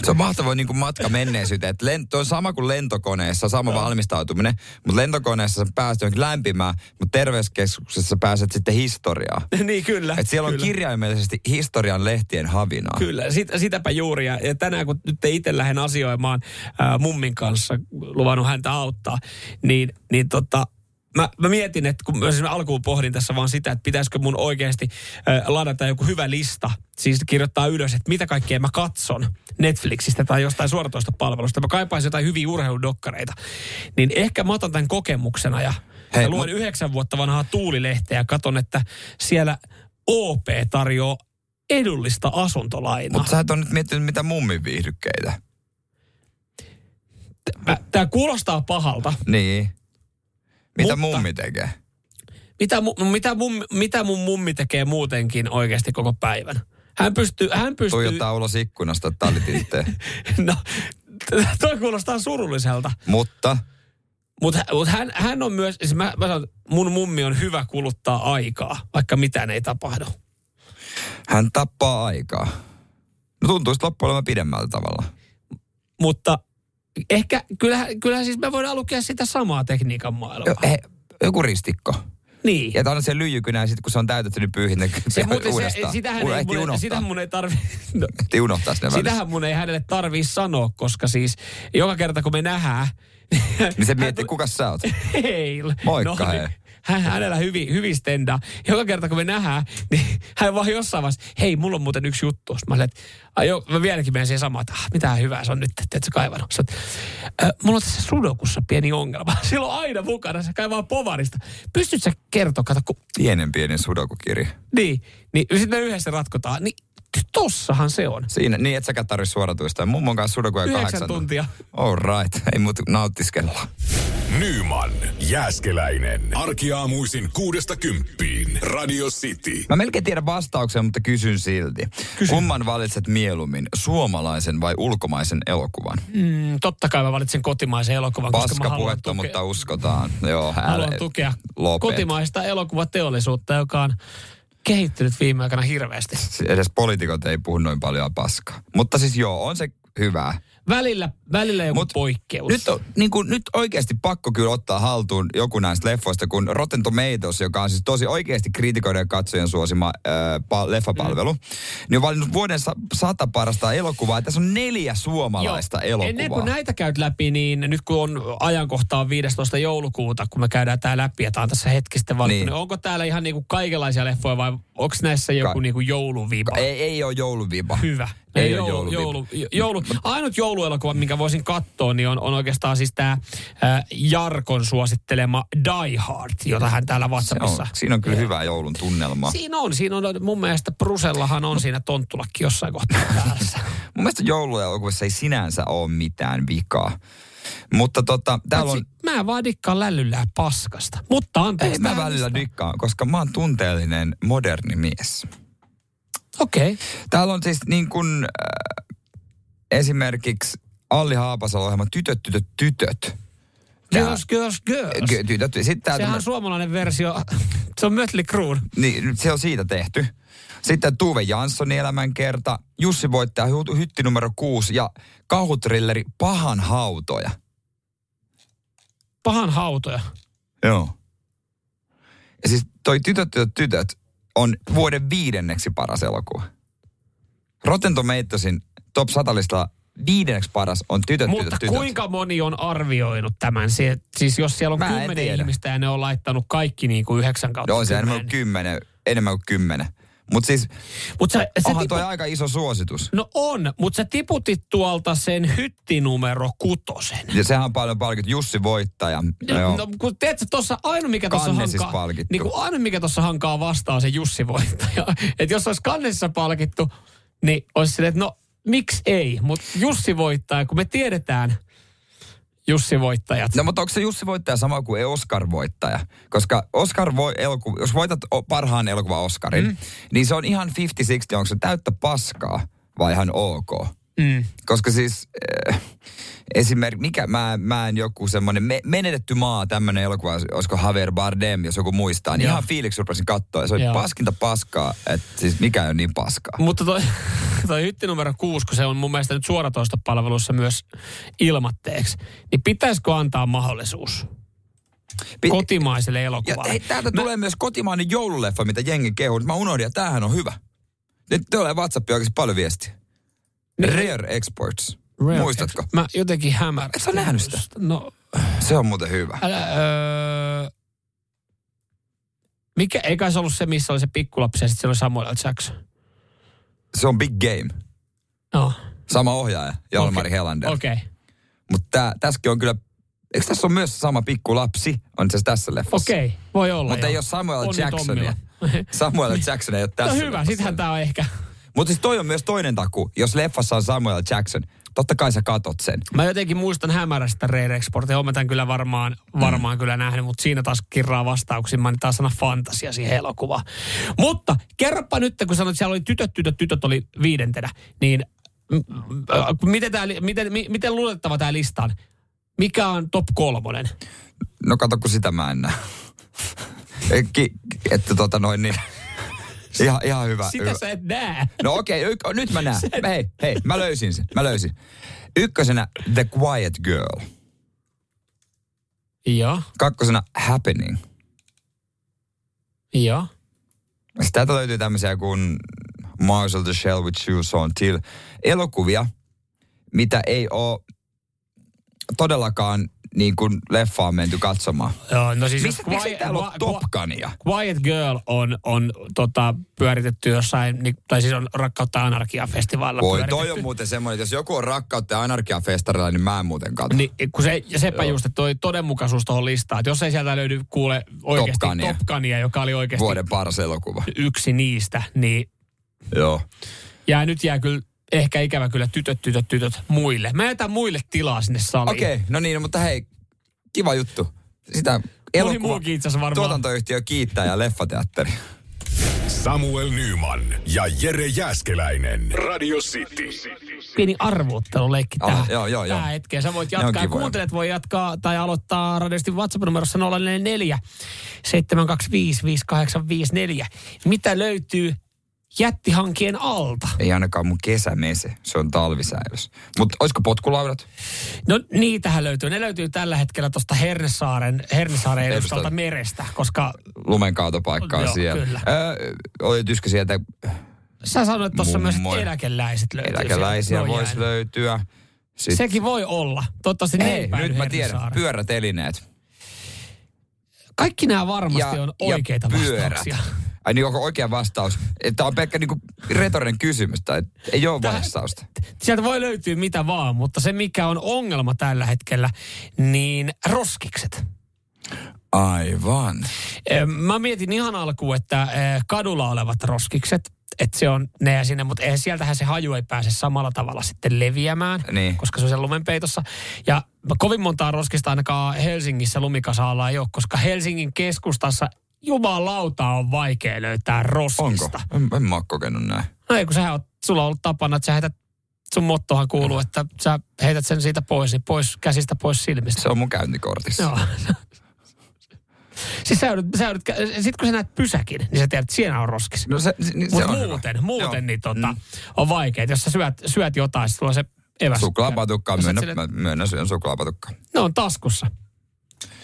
Se on mahtava niin kuin matka menneisyyteen. Että lento, on sama kuin lentokoneessa, sama valmistautuminen. Mutta lentokoneessa sä pääset johonkin lämpimään, mutta terveyskeskuksessa sä pääset sitten historiaan. niin, kyllä. Et siellä on kyllä. kirjaimellisesti historian lehtien havinaa. Kyllä, sit, sitäpä juuri. Ja, ja tänään kun nyt itse lähden asioimaan ää, mummin kanssa, luvannut häntä auttaa, niin, niin tota, mä, mä mietin, että kun mä siis mä alkuun pohdin tässä vaan sitä, että pitäisikö mun oikeasti ää, ladata joku hyvä lista, siis kirjoittaa ylös, että mitä kaikkea mä katson Netflixistä tai jostain suoratoista palvelusta. Mä kaipaisin jotain hyviä urheiludokkareita. Niin ehkä mä otan tämän kokemuksena ja, Hei, Hei, ja luen mu- yhdeksän vuotta vanhaa tuulilehteä ja katon, että siellä OP tarjoaa edullista asuntolainaa. Mutta sä et ole nyt miettinyt mitä mummin viihdykkeitä. Mä- Tää kuulostaa pahalta. Niin. Mutta- Mitä mummi tekee? Mitä, mu, no mitä, mum, mitä mun mummi tekee muutenkin oikeasti koko päivän? Hän pystyy... Hän pystyy Tuijottaa ulos ikkunasta, että talitinteen. no, toi kuulostaa surulliselta. Mutta Mutta mut hän, hän on myös... Siis mä, mä sanon, mun mummi on hyvä kuluttaa aikaa, vaikka mitään ei tapahdu. hän tappaa aikaa. No tuntuu sitten loppujen lopuksi pidemmältä tavalla. Mutta ehkä... Kyllähän, kyllähän siis me voidaan lukea sitä samaa tekniikan maailmaa. Jo, he, joku ristikko. niin. Ja aina se lyijykynä ja sitten kun se on täytetty, niin pyyhit ne Se, muuten se, uudestaan. sitähän, Uno- ei, ehti mun, unohtaa. sitähän mun ei tarvi... No, Ehti unohtaa sinne välissä. Sitähän mun ei hänelle tarvii sanoa, koska siis joka kerta kun me nähdään... Niin se miettii, kuka sä oot. Hei. Moikka, hei. niin, Hän, hänellä hyvin, hyvin stendaa. Joka kerta kun me nähdään, niin hän vaan jossain vaiheessa, hei, mulla on muuten yksi juttu. Sitten mä olin, että ai joo, mä vieläkin menen siihen samaan, että ah, mitä hyvää se on nyt, että et sä kaivannut. Sä, mulla on tässä sudokussa pieni ongelma. Silloin aina mukana, se kaivaa povarista. Pystyt sä kertoa, kato, kun Pienen pienen sudokukirja. niin, niin sitten me yhdessä ratkotaan. Niin tossahan se on. Siinä, niin et säkään tarvitse suoratuista. Mummon kanssa sudokuja Yhdeksän tuntia. All right. Ei mut nautiskella. Nyman Jääskeläinen. Arkiaamuisin kuudesta kymppiin. Radio City. Mä melkein tiedän vastauksen, mutta kysyn silti. Kysy. Kumman valitset mieluummin, suomalaisen vai ulkomaisen elokuvan? Mm, Totta kai mä valitsen kotimaisen elokuvan, koska mä haluan Paskapuhetta, tukea, mutta uskotaan. Joo, älä haluan tukea lopeta. kotimaista elokuvateollisuutta, joka on kehittynyt viime aikana hirveästi. Edes poliitikot ei puhu noin paljon paskaa. Mutta siis joo, on se hyvää. Välillä, välillä joku Mut Mut poikkeus. Nyt on niin kuin, nyt oikeasti pakko kyllä ottaa haltuun joku näistä leffoista, kun Rotten Tomatoes, joka on siis tosi oikeasti kriitikoiden ja katsojen suosima äh, pa- leffapalvelu, mm. niin on valinnut vuoden sa- sata parasta elokuvaa. Ja Tässä on neljä suomalaista Joo. elokuvaa. Ennen kuin näitä käyt läpi, niin nyt kun on ajankohtaa 15. joulukuuta, kun me käydään tää läpi ja tää on tässä hetkistä valittu, niin. Niin. niin onko täällä ihan niinku kaikenlaisia leffoja vai onko näissä joku Ka- niinku jouluviipa? ei, ei ole jouluviba. Hyvä. Ei Ei ole joulu, jouluviipa. joulu, joulu. Ainut jouluelokuva, minkä voisin katsoa, niin on, on oikeastaan siis tämä Jarkon suosittelema Die Hard, jota hän täällä Se WhatsAppissa... on, siinä on kyllä hyvää joulun tunnelmaa. Siinä on, siinä on. Mun mielestä Brusellahan on siinä tonttulakki jossain kohtaa päässä. Mun mielestä jouluelokuvissa ei sinänsä ole mitään vikaa. Mutta tota, täällä on... Paitsi Mä vaan dikkaan lällyllään paskasta. Mutta Ei anteeksi. mä tää välillä lista- dikkaan, koska mä oon tunteellinen moderni mies. Okei. Täällä on siis niin kuin äh, esimerkiksi Alli Haapasalo ohjelma Tytöt, tytöt, tytöt. Tää- Girls, girls, girls. Ky- tytöt, sitten tää Sehän on tämmönen- suomalainen versio. Se on Mötley Crue. niin, se on siitä tehty. Sitten Tuve Janssonin elämänkerta, Jussi voittaa hy- hytti numero kuusi ja kauhutrilleri Pahan hautoja. Pahan hautoja. Joo. Ja siis toi Tytöt, tytöt, tytöt on vuoden viidenneksi paras elokuva. Rotten Tomatoesin top 100 listalla viidenneksi paras on Tytöt, Mutta tytöt, tytöt. kuinka moni on arvioinut tämän? Sie- siis jos siellä on Mä en kymmenen tiedä. ihmistä ja ne on laittanut kaikki niin kuin yhdeksän kautta No on se enemmän kuin kymmenen, enemmän kuin kymmenen. Mutta siis, Mutta sä, sä onhan tipu... toi aika iso suositus. No on, mutta sä tiputit tuolta sen hyttinumero kutosen. Ja sehän on paljon palkittu. Jussi Voittaja. No, joo. No, kun teetkö, tuossa ainoa mikä tuossa Cannesissa hankaa, palkittu. niin kuin ainoa mikä tuossa hankaa vastaan se Jussi voittaja. Että jos olisi kannessa palkittu, niin olisi silleen, että no miksi ei, mutta Jussi voittaja, kun me tiedetään Jussi voittajat. no mutta onko se Jussi Voittaja sama kuin ei Oscar Voittaja? Koska Oscar voi, eloku, jos voitat o- parhaan elokuvan Oscarin, mm. niin se on ihan 50-60, onko se täyttä paskaa vai ihan ok? Mm. Koska siis äh, esimerkiksi, mikä mä, mä en joku semmoinen me, menetetty maa, tämmöinen elokuva, olisiko Javier Bardem, jos joku muistaa, niin Joo. ihan fiiliksi rupesin katsoa. Ja Se oli Joo. paskinta paskaa, että siis mikä on niin paskaa. Mutta toi, toi hytti numero kuusi, kun se on mun mielestä nyt suoratoistopalvelussa myös ilmatteeksi, niin pitäisikö antaa mahdollisuus Pi- kotimaiselle ja elokuvalle? hei, täältä mä... tulee myös kotimainen joululeffa, mitä jengi kehuu. Mä unohdin, että tämähän on hyvä. Nyt tulee WhatsAppia oikeasti paljon viestiä. Rare Exports. Niin. Rare Muistatko? Ex- Mä jotenkin hämärän. Et sä nähnyt sitä? No, Se on muuten hyvä. älä, öö, mikä, eikä se ollut se, missä oli se pikkulapsi ja sitten siellä oli Samuel L. Jackson. Se on Big Game. No, Sama ohjaaja, Jalmari okay. Helander. Okay. okei. Okay. Mutta tässäkin on kyllä, eikö tässä on myös sama pikku lapsi? On itse asiassa tässä leffassa. Okei, okay. voi olla. Mutta joo. ei ole Samuel Onni Jacksonia. Tommilla. Samuel Jackson ei ole No tässä. hyvä, sittenhän tämä on ehkä. Mutta siis toi on myös toinen taku. Jos leffassa on Samuel Jackson, totta kai sä katot sen. Mä jotenkin muistan hämärästä Rare Exportia. Oon mä tämän kyllä varmaan, Mm. varmaan kyllä nähnyt, mutta siinä taas kirraa vastauksiin. Mä taas sana fantasia siihen elokuvaan. Mutta kerropa nyt, kun sanoit, että siellä oli tytöt, tytöt, tytöt oli viidentenä, niin m- m- äh, miten, tää, li- miten, mi- miten luotettava tämä lista on? Mikä on top kolmonen? No kato, kun sitä mä en näe. Ki, että tota noin niin. Ihan, ihan hyvä. Sitä hyvä. sä et näe. No okei, okay, nyt mä näen. Hei, hei, mä löysin sen. Mä löysin. Ykkösenä The Quiet Girl. Joo, Kakkosena Happening. joo. Sitten Täältä löytyy tämmöisiä kuin Marshall the Shell with Shoes on Till. Elokuvia, mitä ei ole todellakaan niin kuin leffaan menty katsomaan. joo no siis Mistä, miksi ei täällä ole Qui- Top Qui- Gunia? Quiet Girl on, on tota, pyöritetty jossain, ni- tai siis on Rakkautta Anarkia-festivaalilla Voi, pyöritetty. toi on muuten semmoinen, että jos joku on rakkautta ja anarkia festarilla, niin mä en muuten katso. Niin, kun se, ja sepä just, että toi todenmukaisuus tuohon listaan, että jos ei sieltä löydy kuule oikeasti Gunia. Top Gunia, joka oli oikeasti Vuoden paras elokuva. yksi niistä, niin Joo. jää, nyt jää kyllä ehkä ikävä kyllä tytöt, tytöt, tytöt muille. Mä jätän muille tilaa sinne saliin. Okei, okay, no niin, mutta hei, kiva juttu. Sitä Moni elokuva, muukin itse asiassa varmaan. tuotantoyhtiö kiittää ja leffateatteri. Samuel Nyman ja Jere Jäskeläinen. Radio City. Pieni arvuutteluleikki Ah, tähän, joo, joo, joo. tähän hetkeen. Sä voit Ne on jatkaa. Ja kivoja. Kuuntelet voi jatkaa tai aloittaa radiosti WhatsApp-numerossa 044 725 5854. Mitä löytyy jättihankien alta? Ei ainakaan mun kesämese, se on talvisäilys. Mutta olisiko potkulaudat? No niitähän löytyy. Ne löytyy tällä hetkellä tuosta Hernesaaren, Hernesaaren edustalta Edustalta. merestä, koska Lumen kaatopaikka on Joo, siellä. kyllä. Öö, Oletko sieltä sä sanoit tuossa myös, että Mummoja. eläkeläiset löytyy. eläkeläisiä sieltä. No voisi jää. löytyä? Sitten, Sekin voi olla. Toivottavasti ne ei, päädy nyt mä tiedän, Hernesaareen. pyörätelineet. Kaikki nämä varmasti on oikeita vastauksia. Ai niin, onko oikea vastaus? Tämä on pelkkä niinku retorinen kysymys, tai ei ole Tähän- vastausta. Sieltä voi löytyä mitä vaan, mutta se mikä on ongelma tällä hetkellä, niin roskikset. Aivan. Ö, Mä mietin ihan alkuun, että ö, kadulla olevat roskikset, että se on ne ja sinne, mutta eihän sieltähän se haju ei pääse samalla tavalla sitten leviämään, Niin. koska se on siellä lumen peitossa. Ja kovin montaa roskista ainakaan Helsingissä lumikasaalla ei ole, koska Helsingin keskustassa jumalauta on vaikea löytää roskista. Onko? En, en mä oo kokenut näin. No ei, kun sähän oot, sulla on ollut tapana, että sä heität, sun mottohan kuuluu, että sä heität sen siitä pois, niin pois käsistä, pois silmistä. Se on mun käyntikortissa. Joo. siis sä joudut, sä joudut, kä- sit kun sä näet pysäkin, niin sä tiedät, että siinä on roskis. No se, se, se Mutta on hyvä. muuten, muuten Joo. Mm. niin tota, on vaikea. Jos sä syöt, syöt jotain, sit tulee se eväs. Suklaapatukkaa, Ja sä oot myönnä, silleen, mä myönnän syön suklaapatukkaa. että Ne on taskussa.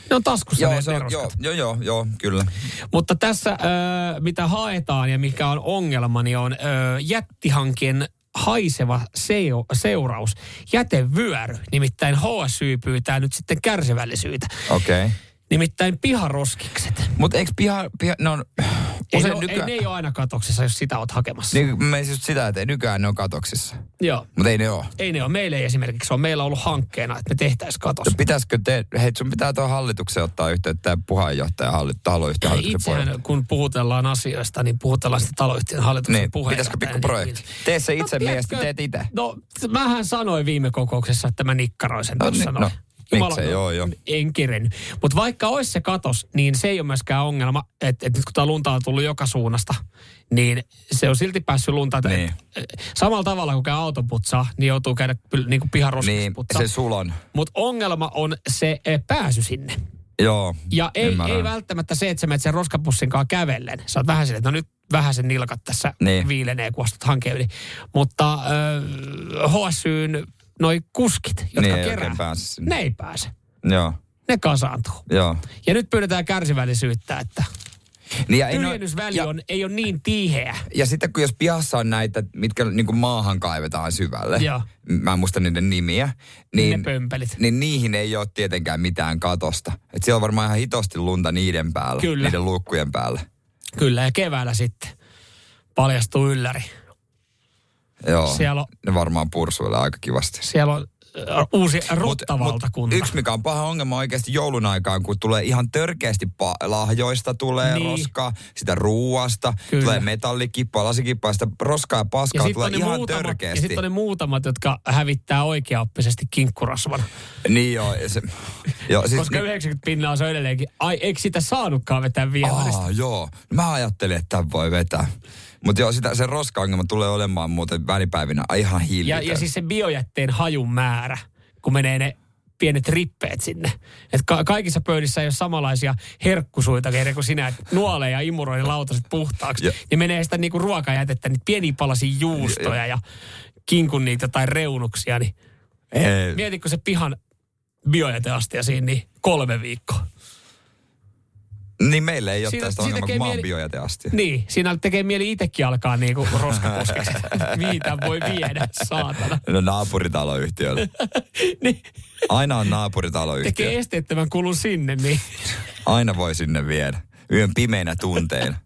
Ne on taskussa ne, Joo, se ne on, roskat. joo, joo, joo, joo, kyllä. Mutta tässä, ö, mitä haetaan ja mikä on ongelma, niin on ö, jättihankien haiseva seo, seuraus. Jätevyöry, nimittäin HSY pyytää nyt sitten kärsivällisyyttä. Okei. Okay. Nimittäin piharoskikset. Mutta eikö piha, piha no, on Ei, ne, usein oo- ei, nykyään... ne ei ole aina katoksessa, jos sitä oot hakemassa. Niin, mä siis just sitä, että ei nykyään ne on katoksissa. Joo. Mutta ei ne ole. Ei ne ole. Meillä ei esimerkiksi ole. Meillä on ollut hankkeena, että me tehtäisiin katos. Pitäisikö te, hei sun pitää tuohon hallitukseen ottaa yhteyttä ja puheenjohtaja, hallit, taloyhtiön Ei, hallituksen Itsehän, puheenjohtaja. kun puhutellaan asioista, niin puhutellaan sitten taloyhtiön hallituksen Niin, puheenjohtajan. pitäisikö pikku projekti? Niin, Tee se itse no, tiedätkö- mielestä, teet itse. No, mähän sanoin viime kokouksessa, että mä nikkaroin sen No tuossa niin, noin. no. Jumala, Miksei, joo, joo. en kerennyt. Mutta vaikka olisi se katos, niin se ei ole myöskään ongelma, että et nyt kun tämä lunta on tullut joka suunnasta, niin se on silti päässyt lunta. Niin. Niin. Samalla tavalla kuin käy autoputsaa, niin joutuu käydä niin kuin Niin, piharoskissa se sulon. Mutta ongelma on se eh, pääsy sinne. Joo. Ja ei, Ymmärrän. ei välttämättä se, että sä menet sen roskapussin kanssa kävellen. Sä oot vähän silleen, että no nyt vähän sen nilkat tässä niin. Niin. viilenee, kun astut hankeen yli. Mutta äh, HSYn noi kuskit, jotka Niin, ei kerää, oikein pääse sinne. ne ei pääse. Joo, Ne kasaantuu. joo. Ja nyt pyydetään kärsivällisyyttä, että Niin, ja, ei noi- tyhjennysväli ja, on, ei ole niin tiheä. ja sitten kun jos pihassa on näitä, mitkä niin kuin maahan kaivetaan syvälle, Joo. mä en muista niiden nimiä, Niin, niin, ne pömpelit. niin niihin ei ole tietenkään mitään katosta. Et siellä on varmaan ihan hitosti lunta niiden päällä, Kyllä. niiden luukkujen päällä. Niin. Kyllä, ja keväällä sitten paljastuu ylläri. Joo, Siellä on- ne varmaan pursuilee aika kivasti. Siellä on äh, uusi Mut- ruttavaltakunta. mut Yksi, mikä on paha ongelma oikeasti joulun aikaan, kun tulee ihan törkeästi pa- lahjoista, tulee Niin. niin. roskaa, sitä ruuasta, Kyllä. tulee metallikippaa, lasikippaa, sitä roskaa ja Ja paskaa sitten tulee on, ne ihan muutamat, ja törkeästi. sit on ne muutamat, jotka hävittää oikeaoppisesti kinkkurassvan. Niin joo, ja se, joo siis, Koska 90 pinnaa se on edelleenkin. Ai, eikö sitä saanutkaan vetää vieharista? Aa, joo. No Mä ajattelin, että tämän voi vetää. Mutta joo, sitä, se roska-ongelma tulee olemaan muuten välipäivinä ihan Ja, hiljaa. ja siis se biojätteen hajun määrä, kun menee ne pienet rippeet sinne. Et ka- kaikissa pöydissä ei ole samanlaisia herkkusuita, kerran kun sinä et nuole ja imuroi ne lautaset puhtaaksi. Ja. Ja- Niin menee sitä niinku ruokajätettä, niitä pieniä palasia juustoja ja, ja kinkun niitä tai reunuksia. Niin Ei, mieti, kun se pihan biojäteastia siinä, niin kolme viikkoa. niin meillä ei ole Siitä- tästä siitä ongelmaa, tekee kun mä oon mieli- biojäteastia. Niin, siinä tekee mieli itsekin alkaa niinku roskakoskeksi. Mitä voi viedä, saatana. No naapuritaloyhtiöllä. Niin, Aina on naapuritaloyhtiö. tekee esteettömän kulun sinne, niin Aina voi sinne viedä. Yön pimeinä tunteina.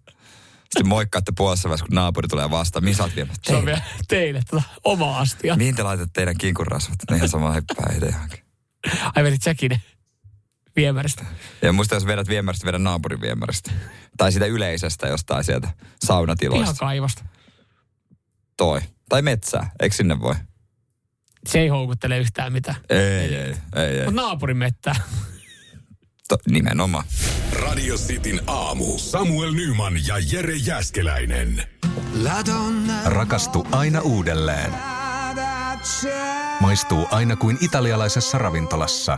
Sitten moikkaatte puolessa välissä, kun naapuri tulee vastaan. Mihin sä oot viemässä? se on Teille. Niin. vielä teille tota, oma astia. Mihin te laitatte teidän kinkunrasvat? Ne ihan sama hyppää itse johonkin. Ai vedit säkin viemäristä. Ja muista, jos vedät viemäristä, vedä naapurin viemäristä. Tai sitä yleisestä jostain sieltä saunatiloista. Ihan kaivosta. toi. Tai metsää. Eikö sinne voi? Se ei houkuttele yhtään mitään. Ei, ei, ei. ei, ei. Mutta naapurin mettää. To, nimenomaan. Radio Cityn aamu. Samuel Nyman ja Jere Jäskeläinen. Rakastu aina uudelleen. Maistuu aina kuin italialaisessa ravintolassa.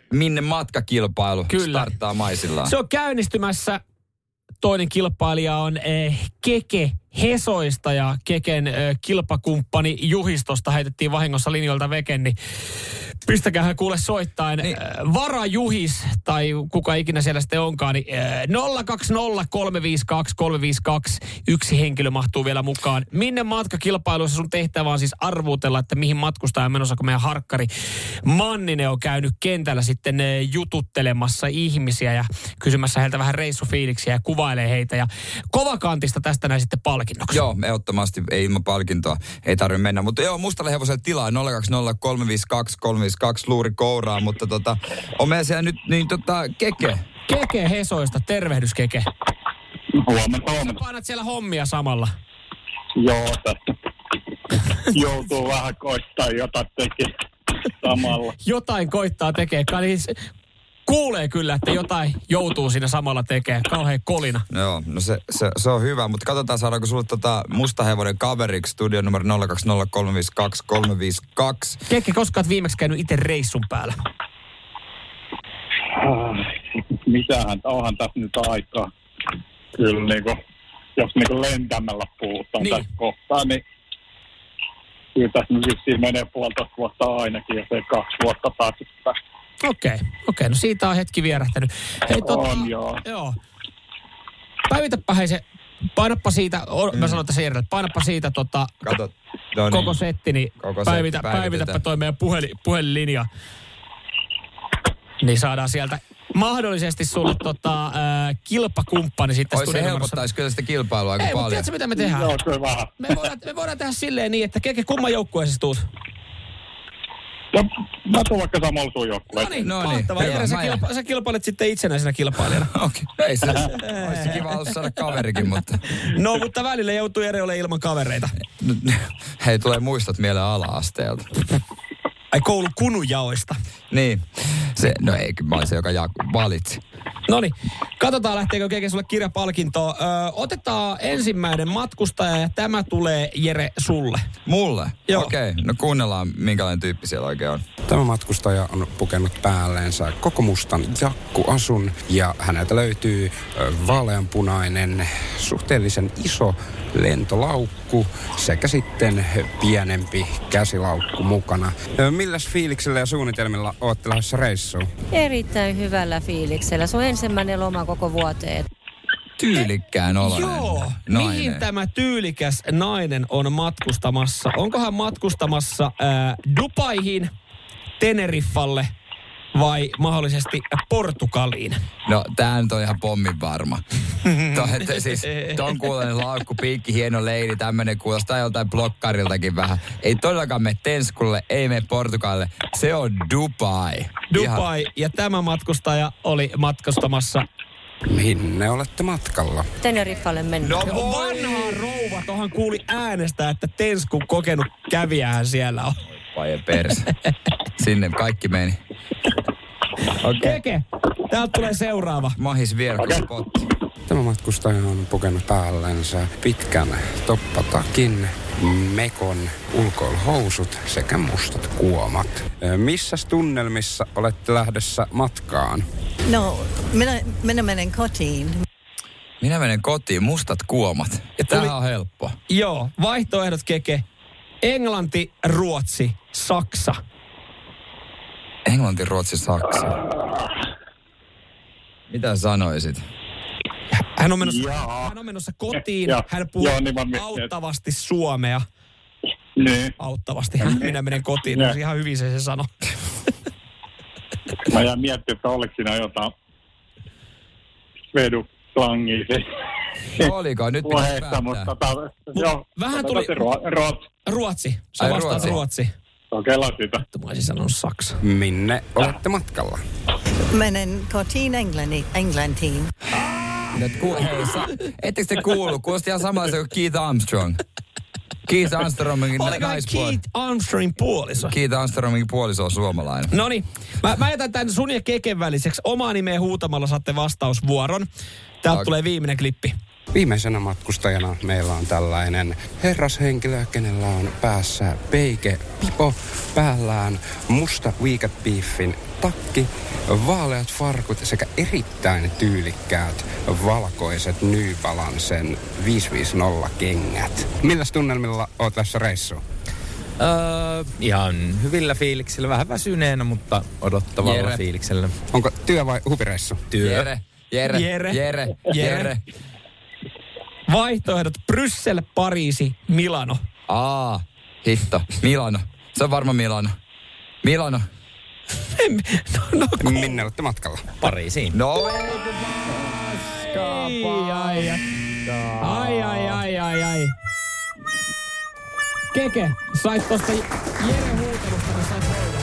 Minne matkakilpailu Kyllä. starttaa maisillaan. Se on käynnistymässä. Toinen kilpailija on eh, Keke Hesoista ja Keken eh, kilpakumppani Juhistosta heitettiin vahingossa linjoilta veken, niin pistäkää hän kuule soittain. Niin. Niin. Eh, Vara Juhis tai kuka ikinä siellä sitten onkaan, niin eh, 020352352 yksi henkilö mahtuu vielä mukaan. Minne matkakilpailuissa sun tehtävä on siis arvuutella, että mihin matkustaja on menossa, kun meidän harkkari Manninen on käynyt kentällä sitten eh, jututtelemassa ihmisiä ja kysymässä heiltä vähän reissufiiliksiä ja kuvailee heitä. Ja kovakantista tästä näin sitten palkinnoksi. Joo, ehdottomasti ei ilman palkintoa. Ei tarvitse mennä. Mutta joo, mustalle hevoselle tilaa 020352352 luuri kouraa. Mutta tota, on meillä siellä nyt niin tota, keke. Keke Hesoista, tervehdys Keke. Huomenta, Sä huomenta. painat siellä hommia samalla. Joo, tässä joutuu vähän koittaa jotain tekemään samalla. jotain koittaa tekee. Kai Niin se- kuulee kyllä, että jotain joutuu siinä samalla tekemään. Kauhean kolina. No Joo, no se, se, se on hyvä, mutta katsotaan saadaanko sulle tota mustahevonen kaveriksi studio numero 020352352. Kekki, koska oot viimeksi käynyt itse reissun päällä? Ah, Ai, Mitähän, onhan tässä nyt aikaa. Kyllä niin kuin jos niin lentämällä puhutaan niin. tässä kohtaa, niin kyllä tässä nyt vissiin menee puolitoista vuotta ainakin, jos ei kaksi vuotta taaksepäin. Okei, okay, okei. Okay. No siitä on hetki vierähtänyt. Hei, tota, On, joo. joo. Päivitäpä hei se, painappa siitä, o, mä sanon tässä Jerelle, painappa siitä tota, Kato, no Mm. niin. koko setti, niin Koko setti, päivitä, päivitäpä päivitetään. toi meidän puhelin, puhelinlinja. Niin saadaan sieltä mahdollisesti sulle tota, äh, kilpakumppani sitten Oi, se studionumerossa. helpottaisi kyllä sitä kilpailua aika Ei, mutta paljon. tiedätkö mitä me tehdään? Joo, kyllä vähän. Me voidaan, me voidaan tehdä silleen niin, että keke kumman joukkueeseen tuut. Ja No, mä tuun vaikka samalla sun joukkueeseen. No niin, No no niin, niin. hyvä, Jere, sä, Maija. kilpa, sä kilpailet sitten itsenäisenä kilpailijana. Okei, okay. ei se. Olisi kiva ollut saada kaverikin, mutta... No, mutta välillä joutuu Jere olemaan ilman kavereita. Nyt- Hei, tulee muistot mieleen ala-asteelta. Ai koulun kunujaoista. Niin. Se, no ei, kyllä mä olin se, joka jak- valitsi. No niin, katsotaan lähteekö Keke sulle kirjapalkintoa. Ö, otetaan ensimmäinen matkustaja ja tämä tulee Jere sulle. Mulle? Joo. Okei, okay. no kuunnellaan, minkälainen tyyppi siellä oikein on. Tämä matkustaja on pukenut päälleensä koko mustan jakkuasun ja häneltä löytyy ö, vaaleanpunainen, suhteellisen iso lentolaukku sekä sitten pienempi käsilaukku mukana. Ö, Milläs fiiliksellä ja suunnitelmilla olette lähdössä reissuun? Erittäin hyvällä fiiliksellä. Se on ensimmäinen loma koko vuoteen. Tyylikkään oloinen Joo, nainen. mihin tämä tyylikäs nainen on matkustamassa? Onko hän matkustamassa ää, Dubaihin, Teneriffalle vai mahdollisesti Portugaliin? No, tää nyt on ihan pommin varma. Toi, että siis, ton kuulonen laukku, piikki, hieno leiri, tämmönen kuulostaa joltain blokkariltakin vähän. Ei todellakaan me Tenskulle, ei me Portugalille. Se on Dubai. Ihan- Dubai ja tämä matkustaja oli matkustamassa Minne olette matkalla? Teneriffalle mennään. No voi! vanhaa rouva. Tuohan kuuli äänestä, että Tenskun kokenut kävijähän siellä on. Vai perse. Sinne kaikki meni. Okei. Okay. Keke, täältä tulee seuraava. Mahis vierkuspotti. Tämä matkustaja on pukenut päällensä pitkän toppatakin, mekon ulkoilhousut sekä mustat kuomat. Ö, Missäs tunnelmissa olette lähdössä matkaan? No, minä, minä menen kotiin. Minä menen kotiin, mustat kuomat. Ja tää tuli- on helppo. Joo, vaihtoehdot Keke. Englanti, Ruotsi, Saksa. Englanti, Ruotsi, Saksa. Mitä sanoisit? Hän on menossa, Jaa. hän on menossa kotiin, Joo. hän puhuu Joo, niin mä mietin, auttavasti suomea. Niin, Auttavasti, hän minä menen kotiin. Joo. Ihan hyvin se, se sano. Niin, mä jään miettimään, että oliko siinä jotain vedu klangia No oliko? Nyt pitää puheessa, päättää. mutta tota, joo, vähän tuli- otetaan se Ruo- Ruotsi. Ruotsi, sä Ai, vastaat Ruotsi. Ruotsi. Okei, okay, sitä. Vittu, Mä olisin sanonut Saksa. Minne olette matkalla? Menen kotiin Englanti, Englantiin. Nyt ku, hei, sa, ettekö te kuulu? Kuulosti ihan samanlaista kuin Keith Armstrong. Keith Armstrongin na- Oliko hän naispuoli. Keith Armstrongin puoliso? Keith Armstrongin puoliso on suomalainen. No niin, mä, mä jätän tämän sun ja Keken väliseksi. Omaa nimeä huutamalla saatte vastausvuoron. Täältä Ok. tulee viimeinen klippi. Viimeisenä matkustajana meillä on tällainen herrashenkilö, kenellä on päässä peike pipo, päällään musta wicked beefin takki, vaaleat farkut sekä erittäin tyylikkäät valkoiset New Balancen 550 kengät. Milläs tunnelmilla oot tässä reissu? Öö, ihan hyvillä fiiliksillä, vähän väsyneenä, mutta odottavalla Jere. fiiliksellä. Onko työ vai huvireissu? Työ. Jere, Jere, Jere. Jere, Jere. Jere. Jere. Vaihtoehdot Bryssel, Pariisi, Milano. Aa, hitto. Milano. Se on varma Milano. Milano. No, no ku- Minne olette matkalla? Niin. Pariisiin. No ei, kun paskaa, ai, ai, ai, ai, ai, ai, ai. Keke, sait tosta Jere huutelusta, niin sait voidaan.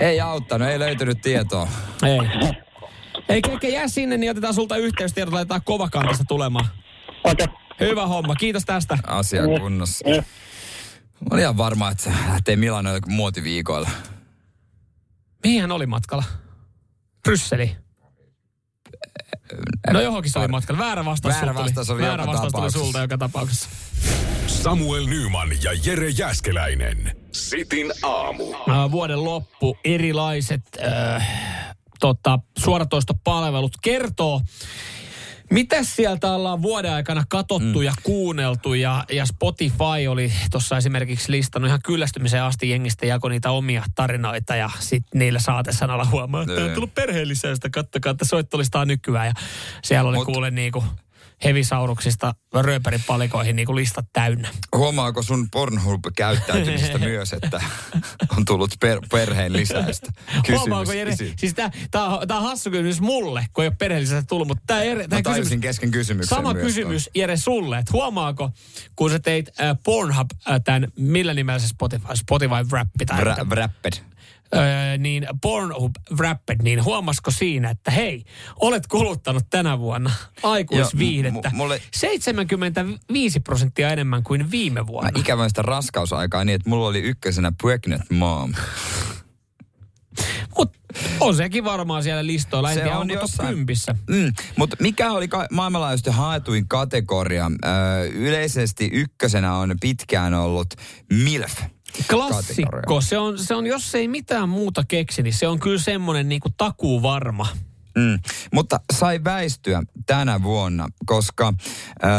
Ei auttanut, ei löytynyt tietoa. Ei. Ei Keke, jää sinne, niin otetaan sulta yhteystiedot, laitetaan kovakantasta tulemaan. Okei, Hyvä homma, kiitos tästä. Asia Mm. kunnossa. okay. Mä olin ihan varma, että se lähtee Milanoille muotiviikoilla. No Mihin hän oli matkalla? Brysseliin. No johonkin se oli matkalla. Väärä vastaus Väärä sulta vastaus oli tuli. Väärä joka vastaus tuli tapauksessa. sulta joka tapauksessa. Samuel Nyman ja Jere Jäskeläinen. Sitin aamu. Äh, vuoden loppu, erilaiset äh, tota, suoratoistopalvelut kertoo, Mitäs sieltä ollaan vuoden aikana katottu mm. ja kuunneltu ja, ja Spotify oli tuossa esimerkiksi listannut ihan kyllästymiseen asti jengistä jako niitä omia tarinoita ja sitten niillä saatesanalla huomaa, että on tullut perheellisestä, kattokaa, että soittolistaa nykyään ja siellä oli Mut... kuule niinku hevisauruksista rööpärin palikoihin niin kuin listat täynnä. Huomaako sun Pornhub-käyttäytymisestä myös, että on tullut per, perheen lisäistä kysymys? Huomaako Jere? Kysy- Siis tää, tää, on- tää on hassu kysymys mulle, kun ei ole perheen lisäistä tullut, mutta tää, Jere, tää Mä tajusin kesken kysymyksen Sama myös kysymys Jere sulle, että huomaako, kun sä teit äh, Pornhub äh, tämän, millä nimellä se Spotify, Spotify Wrappi tai Ra- Wrapped. Öö, niin Pornhub Wrapped, niin huomasiko siinä, että hei, olet kuluttanut tänä vuonna aikuisviihdettä Joo, m- mulle- 75 prosenttia enemmän kuin viime Mä vuonna. ikävän sitä raskausaikaa niin, että mulla oli ykkösenä Pregnant Mom. On sekin varmaan siellä listoilla, en tiedä, onko jossain... kympissä. Mm, mutta mikä oli ka- maailmanlaajuisesti haetuin kategoria? Öö, yleisesti ykkösenä on pitkään ollut MILF. Klassikko, se on, se on, jos ei mitään muuta keksi, niin se on kyllä semmoinen niinku takuvarma. Mm. Mutta sai väistyä tänä vuonna, koska äh,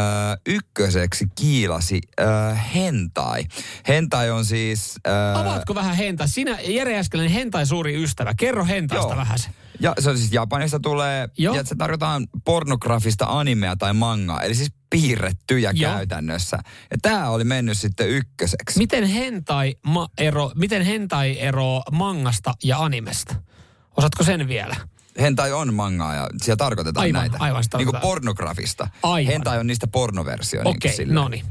ykköseksi kiilasi äh, hentai. Hentai on siis... Äh, Avaatko vähän hentaa? Sinä, Jere Äskeläinen, hentai suuri ystävä. Kerro hentaista vähän se. Ja se on siis Japanista tulee, Joo. ja se tarkoittaa pornografista animea tai mangaa, eli siis piirrettyjä Joo. Joo. käytännössä. Ja tämä oli mennyt sitten ykköseksi. Miten hentai, ma, ero, miten hentai ero mangasta ja animesta? Osaatko sen vielä? Hentai on mangaa ja siellä tarkoitetaan Aivan, näitä. aivan, sitä niin kuin tarkoitetaan. pornografista. Aivan. Hentai on niistä pornoversio. Okei, niin no niin.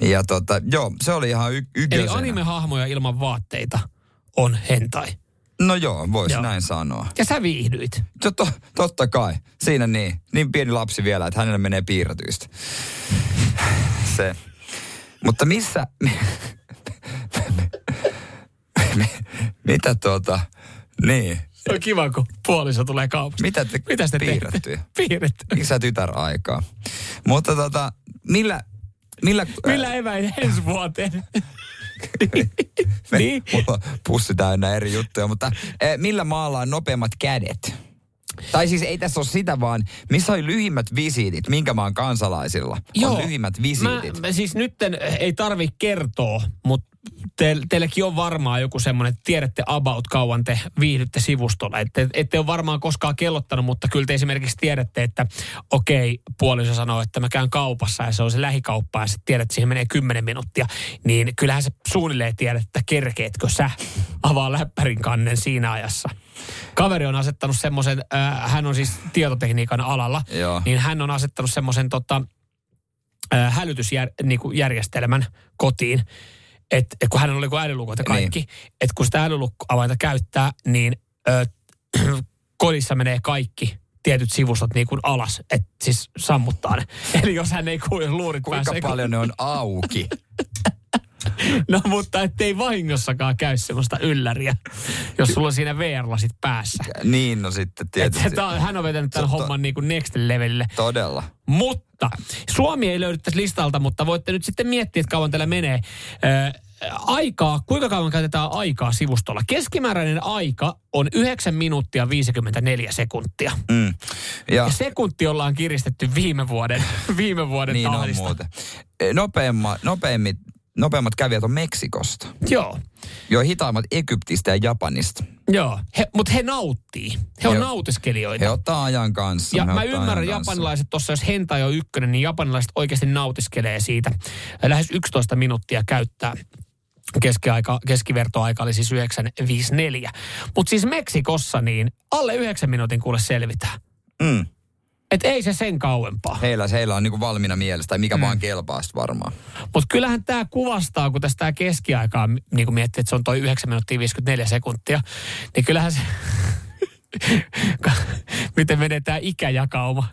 Ja tota, joo, se oli ihan y- Eli ykkösenä. animehahmoja ilman vaatteita on hentai. No joo, voisi Joo. näin sanoa. Ja sä viihdyit. To, to, totta kai, siinä niin. Niin pieni lapsi vielä, että hänellä menee piirretyistä. Se. Mutta missä... Mitä tuota... Niin. Se on kiva, kun puoliso tulee kaupasta. Mitä te, Mitäs te teette? piirrettyjä? Niin Piirretty. Isä tytär aikaa. Mutta tota, millä... Millä, Millä eväin ensi vuoteen? niin? Mulla on pussi täynnä eri juttuja, mutta eh, millä maalla on nopeimmat kädet? Tai siis ei tässä ole sitä, vaan missä oli lyhimmät visiitit, minkä maan kansalaisilla Joo. on lyhimmät visiitit. Mä, mä siis nytten ei tarvi kertoa, mutta te, teilläkin on varmaan joku semmoinen, että tiedätte about kauan te viihdytte sivustolla. Ette, ette ole varmaan koskaan kellottanut, mutta kyllä te esimerkiksi tiedätte, että okei, puoliso sanoo, että mä käyn kaupassa ja se on se lähikauppa ja sä tiedät, että siihen menee 10 minuuttia. Niin kyllähän se suunnilleen tiedät, että kerkeetkö sä avaa läppärin kannen siinä ajassa. Kaveri on asettanut semmoisen, äh, hän on siis tietotekniikan alalla, Joo. niin hän on asettanut semmoisen tota, äh, hälytysjärjestelmän kotiin, että et kun hänellä oli kuin älylukot ja kaikki, niin. että kun sitä älylukkoavainta käyttää, niin ö, kodissa menee kaikki tietyt sivustot niin kuin alas, että siis sammuttaa ne. Eli jos hän ei kuule luurit Kuinka pääsee, kun- paljon ne on auki? No mutta ettei vahingossakaan käy semmoista ylläriä, jos sulla on siinä VR-lasit päässä. niin, no sitten tietysti. Et, tää on- hän on vetänyt tämän Totta. homman niin kuin next levelille. Todella. Mutta Suomi ei löydy tästä listalta, mutta voitte nyt sitten miettiä, että kauan tällä menee. Ö, aikaa, kuinka kauan käytetään aikaa sivustolla? Keskimääräinen aika on 9 minuuttia 54 sekuntia. Mm. Ja, Ja sekunti ollaan kiristetty viime vuoden, viime vuoden niin on tahdista. muuten. Nopeimmat, nopeimmat, nopeimmat kävijät on Meksikosta. Joo, Jo hitaimmat Egyptistä ja Japanista. joo. He, mutta he nauttii. He on He- nautiskelijoita. He ottaa ajan kanssa. Ja he mä ottaa ymmärrän ajan kanssa. japanilaiset tuossa, jos hentai on ykkönen, niin japanilaiset oikeasti nautiskelee siitä. Lähes 11 minuuttia käyttää. Keskiaika, keskivertoaika oli siis 9.54. Mutta siis Meksikossa niin alle 9 minuutin kuule selvitään. Mm. Et ei se sen kauempaa. Heillä, heillä on niinku valmiina mielessä, tai mikä mm. vaan kelpaa sit varmaan. Mutta kyllähän tämä kuvastaa, kun tästä tää keskiaikaa niin kun miettii, että se on toi 9 minuuttia 54 sekuntia, niin kyllähän se, miten menee tämä ikäjakauma.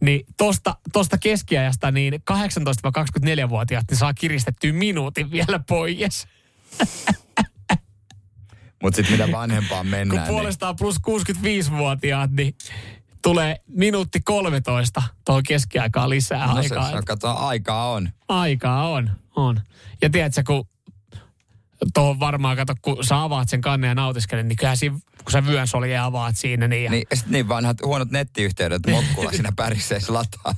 Niin tosta, tosta keskiajasta niin 18-24-vuotiaat niin saa kiristettyä minuutin vielä pois. Mutta sitten mitä vanhempaan Kun mennään, niin puolestaan plus 65-vuotiaat niin tulee minuutti 13 tuohon keskiaikaan lisää no se, aikaa. se, katsotaan, aikaa on. Aikaa on, on. Ja tiedätkö, kun tuohon varmaan, kato, kun sä avaat sen kannen ja nautiskelet, niin kyllähän siinä, kun sä vyön solje avaat siinä, niin... Ja... Niin, ja sit niin vanhat huonot nettiyhteydet Mokkula siinä pärissä ei se lataa.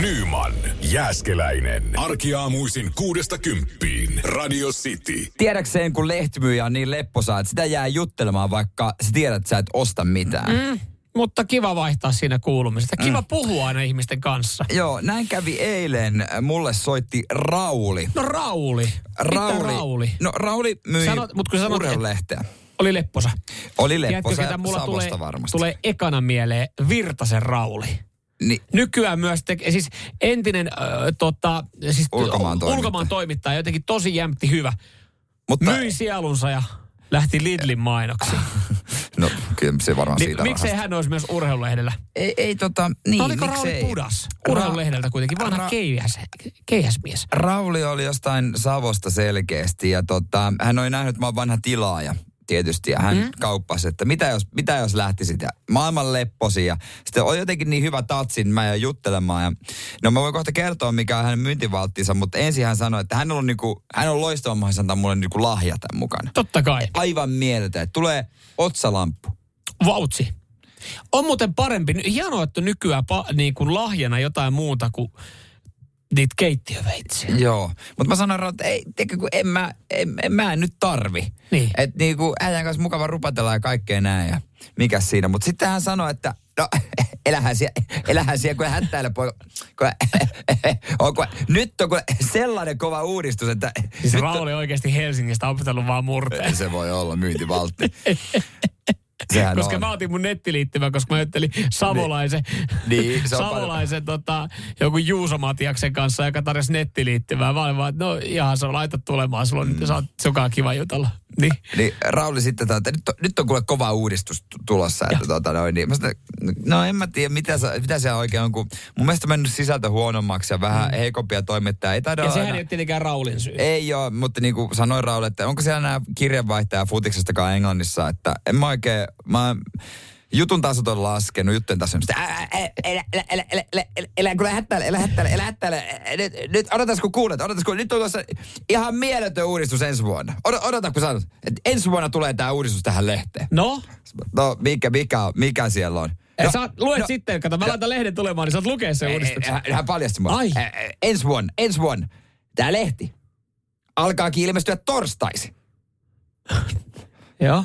Nyman Jääskeläinen. Arkiaamuisin kuudesta kymppiin. Radio City. Tiedäkseen, kun lehtimyyjä on niin lepposa, että sitä jää juttelemaan, vaikka sä tiedät, että sä et osta mitään. Mm, mutta kiva vaihtaa siinä kuulumista. Kiva mm. puhua aina ihmisten kanssa. Joo, näin kävi eilen. Mulle soitti Rauli. No Rauli. Rauli. Mitä Rauli? No Rauli myi Sanot- mut kun sä sanot, et- urheilulehteä. Oli lepposa. Oli Tiedätkö, lepposa ketä mulla Savosta tulee, varmasti. tulee ekana mieleen? Virtasen Rauli. Niin. Nykyään myös, te, siis entinen äh, tota, siis Ulkomaan toimittaja. ulkomaan toimittaja, jotenkin tosi jämpti hyvä. Mutta- Mutta Myi sielunsa ja lähti Lidlin mainoksi. No kyllä se varmaan Niin, siitä miksei rahasta. hän olisi myös urheilulehdellä? Ei, ei tota, niin, No oliko Rauli miksei? Pudas? Urheilulehdeltä kuitenkin, vanha Ra- keihäs, keihäsmies. Rauli oli jostain Savosta selkeästi ja tota, hän oli nähnyt, että mä oon vanha tilaaja tietysti ja hän mm. kauppasi, että mitä jos, mitä jos lähti sitä maailman lepposi ja sitten oli jotenkin niin hyvä tatsin, mä jäin juttelemaan ja no mä voin kohta kertoa mikä on hänen myyntivalttinsa, mutta ensin hän sanoi, että hän on, niinku, hän on loistava mahdollisuus antaa mulle niinku lahja tämän mukana. Totta kai. Aivan mieltä, että tulee otsalamppu. Vautsi. On muuten parempi. Ny- Hienoa, että nykyään pa, niin kuin lahjana jotain muuta kuin niitä keittiöveitsiä. Joo, mutta mä sanoin, Rauli, että ei, tiedätkö, kun en mä, en, en, mä en nyt tarvi. Niin. Et niinku äijän kanssa mukava rupatella ja kaikkea näin ja mikä siinä. Mutta sitten hän sanoi, että no elähän siellä, elähän siellä kun hättäillä poika. Kun, on, kun, nyt on kun sellainen kova uudistus, että Siis Rauli oikeasti Helsingistä opetellut vaan murteen. se voi olla myyntivaltti. Sehän koska on. mä otin mun nettiliittymän, koska mä juttelin Savolaisen, Niin, se on Savolaisen tota, joku Juuso Matiaksen kanssa, joka tarjosi nettiliittymää. Mä olin vaan, että no ihan se on, laita tulemaan, sulla on, mm. sä oot, sunkaan kiva jutella. Niin. Niin Rauli sitten sanoi, että nyt on, nyt on kuule kova uudistus t- tulossa. Että tota, noin, niin. Mä sanoin, että no en mä tiedä, mitä, sä, mitä siellä oikein on, kun mun mielestä on mennyt sisältö huonommaksi ja vähän heikompia toimittajia. Ei taida Mm. Ja olla sehän enää- ei ole tietenkään Raulin syy. Ei ole, mutta niin kuin sanoin Raul, että onko siellä nämä kirjanvaihtaja futiksestakaan Englannissa, että en mä oikein, mä jutun tasot on laskenut, juttujen tasot on sitä, ää, ää, ää, elä, elä, elä, elä, elä, elä, elä, kun lähet täällä, elä, lähet täällä, elä, lähet täällä, ää, nyt, nyt odotas kun kuulet, odotas kun, nyt on tuossa ihan mieletön uudistus ensi vuonna. Odota, odota kun sanot, että ensi vuonna tulee tämä uudistus tähän lehteen. No, No, mikä, mikä, on- mikä siellä on? no, No, sä luet no, sitten, kato, mä laitan lehden tulemaan, niin sä oot lukea sen uudistuksen. hän, hän paljasti mua. Ai. Ä, ä, ensi vuonna, ensi vuonna. Tämä lehti alkaakin ilmestyä torstaisin. Joo.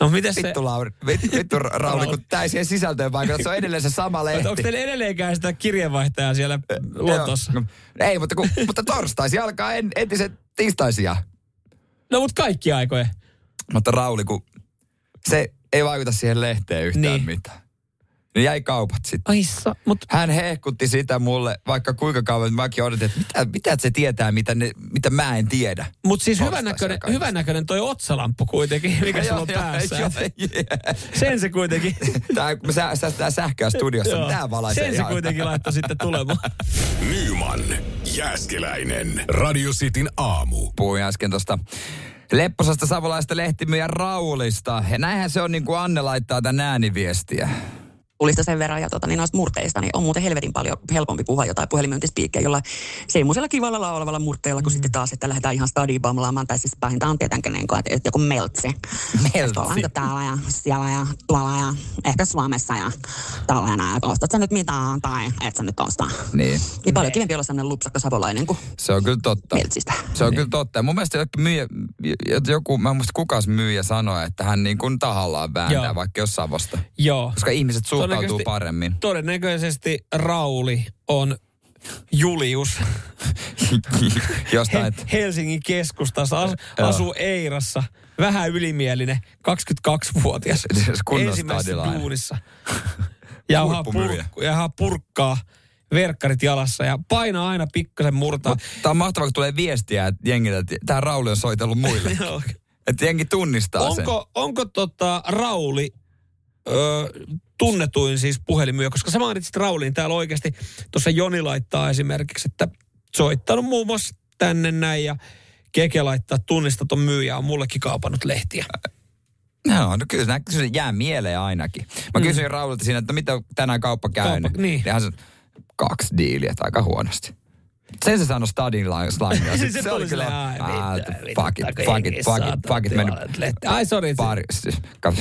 No miten se... Vittu, Lauri, vittu, vittu Ra- Rauli, kun tämä ei siihen sisältöön vaikuta. Se on edelleen se sama lehti. Onko teillä edelleenkään sitä kirjeenvaihtajaa siellä Lotossa? Joo. No, Ei, mutta, kun, mutta torstaisin alkaa en, entiset tiistaisia. No mut kaikki aikoja. Mutta Rauli, kun se ei vaikuta siihen lehteen yhtään niin. Niin. mitään. Ne jäi kaupat sitten. Ai sa, mut Hän hehkutti sitä mulle, vaikka kuinka kauan että mäkin odotin, että mitä, mitä se tietää, mitä, ne, mitä mä en tiedä. Mutta siis Torstaisia hyvännäköinen, kaikista. hyvännäköinen toi otsalamppu kuitenkin, mikä sulla on Joo, joo, päässä. joo, Sen se kuitenkin, Tää, kun sä, sä, tää sähköä studiossa, Joo. niin tää valaisee sen se ihan. kuitenkin laittoi sitten tulemaan. Nyman Jääskeläinen. Radio Cityn aamu. puhuin äsken tuosta lepposasta savolaista lehtimyyjä Raulista. Ja näinhän se on, niin kuin Anne laittaa tämän ääniviestiä. tulista sen verran ja tota, niin noista murteista, niin on muuten helvetin paljon helpompi puhua jotain puhelimyyntispiikkejä, jolla semmoisella kivalla laulavalla murteella, kun sitten taas, että lähdetään ihan stadibamlaamaan, tai siis päintä on tietenkin niin kuin, että, että joku meltse. Meltse. täällä ja siellä ja tuolla ja ehkä Suomessa ja täällä ja näin, että ostat sä nyt mitään tai et sä nyt osta. Niin. Niin paljon kivempi olla sellainen lupsakka savolainen kuin Se on kyllä totta. meltsistä. Se on kyllä totta. Ja mun mielestä joku, myyjä, joku mä en muista kukas myyjä sanoi, että hän niin kuin tahallaan vääntää, Joo. vaikka jos Savosta. Joo. Koska ihmiset suhtautuu Todennäköisesti- paremmin. Todennäköisesti Rauli on Julius Jostain, He- että Helsingin keskustassa, as, asuu Eirassa, vähän ylimielinen, 22-vuotias, Siis kunnon ensimmäisessä stadilainen. duunissa. Jauhaa, Huippumyyjä. purk- jauhaa purkkaa, verkkarit jalassa ja painaa aina pikkasen murtaa. Tää on mahtavaa, kun tulee viestiä että jengiltä, että tämä Rauli on soitellut muille. Joo. että jengi tunnistaa sen. Onko, onko tota Rauli ö, tunnetuin siis puhelimyö, koska sä mainitsit Raulin täällä oikeasti. Tuossa Joni laittaa esimerkiksi, että soittanut muun muassa tänne näin ja Keke laittaa tunnistaton myyjä on mullekin kaupannut lehtiä. No, no kyllä, nää, kyllä se jää mieleen ainakin. Mä kysyin Raulilta siinä, että mitä tänään kauppa käynyt. Kauppa- Mm. niin. Ja hän sanoi, kaksi diiliä, että aika huonosti. Sen se sanoi stadin slangia. Se no se, se oli tuli kyllä, silleen, ai, ah, vittu, vittu, fuck it, taku fuck jengi it, fuck saatana, it, fuck it, mennyt. tilanne, lehti. Ai, sorry. Pari, kato,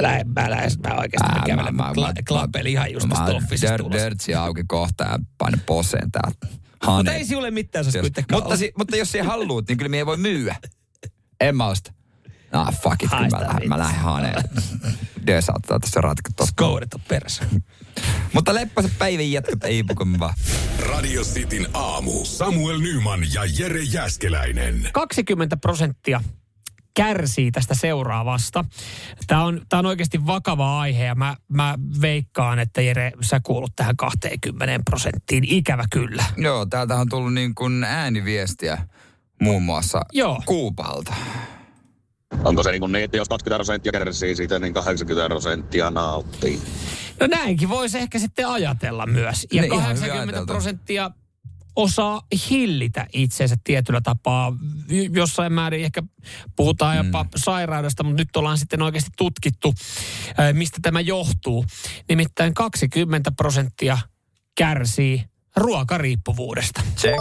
Mä lähden, mä lähden, mä oikeastaan mä, kävelen. Mä, mä, klappeli ihan just tästä offisesta Dirt, tulosta. dirtsi auki kohta ja paina poseen täältä. Mutta ei sinulle mitään, se Jos- kuitenkaan niin. mutta, si, mutta jos ei haluut, niin kyllä me ei voi myyä. En mä osta. Ah, fuck it, kyllä mä, lähden, mä lähden haneen. Dös auttaa tässä ratkoa. Skoudet on perässä. mutta leppäsä päivän jatkat, ei pukum vaan. Radio Cityn aamu. Samuel Nyman ja Jere Jäskeläinen. 20 prosenttia kärsii tästä seuraavasta. Tämä on, tämä on oikeasti vakava aihe ja mä, mä veikkaan, että Jere, sä kuulut tähän 20 prosenttiin. Ikävä kyllä. Joo, täältä on tullut niin kuin ääniviestiä muun muassa Joo. Kuupalta. Onko se niin, niin että jos 20 prosenttia kärsii siitä, niin 80 prosenttia nauttii? No näinkin voisi ehkä sitten ajatella myös. Ja Niin, ihan hyvin 80 ajateltu. prosenttia osaa hillitä itseensä tietyllä tapaa. Y- Jossain määrin ehkä puhutaan jopa Mm. sairaudesta, mutta nyt ollaan sitten oikeasti tutkittu, äh, mistä tämä johtuu. Nimittäin 20 prosenttia kärsii ruokariippuvuudesta. Check.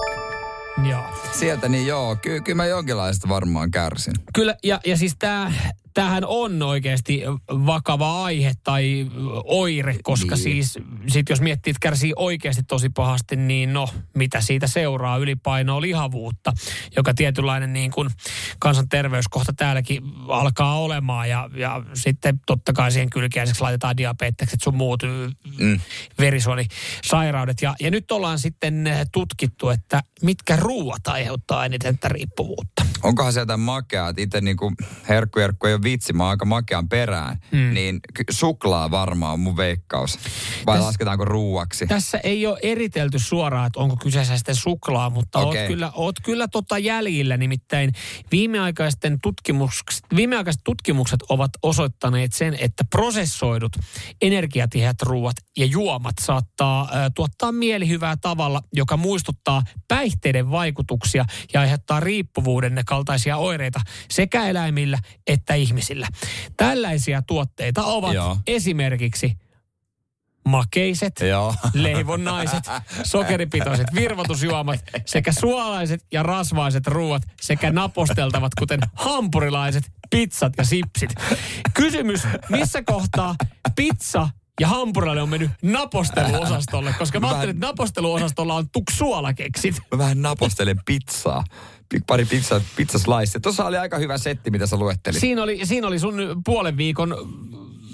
Joo. Sieltä niin joo, ky- kyllä mä jonkinlaista varmaan kärsin. Kyllä, ja, ja siis tämä, tämähän on oikeasti vakava aihe tai oire, koska niin. siis sit jos miettii, että kärsii oikeasti tosi pahasti, niin no, mitä siitä seuraa? Ylipainoa, lihavuutta, joka tietynlainen niin kuin kansanterveyskohta täälläkin alkaa olemaan ja, ja sitten totta kai siihen kylkiäiseksi laitetaan diabetekset sun muut mm. verisuonisairaudet. Ja, ja nyt ollaan sitten eh, tutkittu, että mitkä ruuat aiheuttaa eniten tätä riippuvuutta. onkohan se jotain makeaa, että itse niin herkkujerkku ei ole vitsi, mä oon aika makean perään, mm. niin ky- suklaa varmaan on mun veikkaus. Vai Täs- lasketaanko ruuaksi? Tässä ei ole eritelty suoraan, että onko kyseessä sitten suklaa, mutta okay. oot Okei. kyllä, oot kyllä tota jäljillä. Nimittäin viimeaikaisten tutkimukset, viimeaikaiset tutkimukset ovat osoittaneet sen, että prosessoidut energiatiheät ruuat ja juomat saattaa äh, tuottaa mielihyvää tavalla, joka muistuttaa päihteiden vaikutuksia ja aiheuttaa riippuvuuden ne kaltaisia oireita sekä eläimillä että ihmisillä. Tällaisia tuotteita ovat Joo. esimerkiksi makeiset, Joo. leivonnaiset, sokeripitoiset virvotusjuomat sekä suolaiset ja rasvaiset ruuat sekä naposteltavat kuten hampurilaiset, pizzat ja sipsit. Kysymys, missä kohtaa pizza ja hampurilainen on mennyt naposteluosastolle, koska mä ajattelin, että naposteluosastolla on tuksuolakeksit. Mä vähän napostelen pizzaa. Pi- Pari pizza, pizzaslaissia. Tuossa oli aika hyvä setti, mitä sä luettelit. Siinä oli, siinä oli sun puolen viikon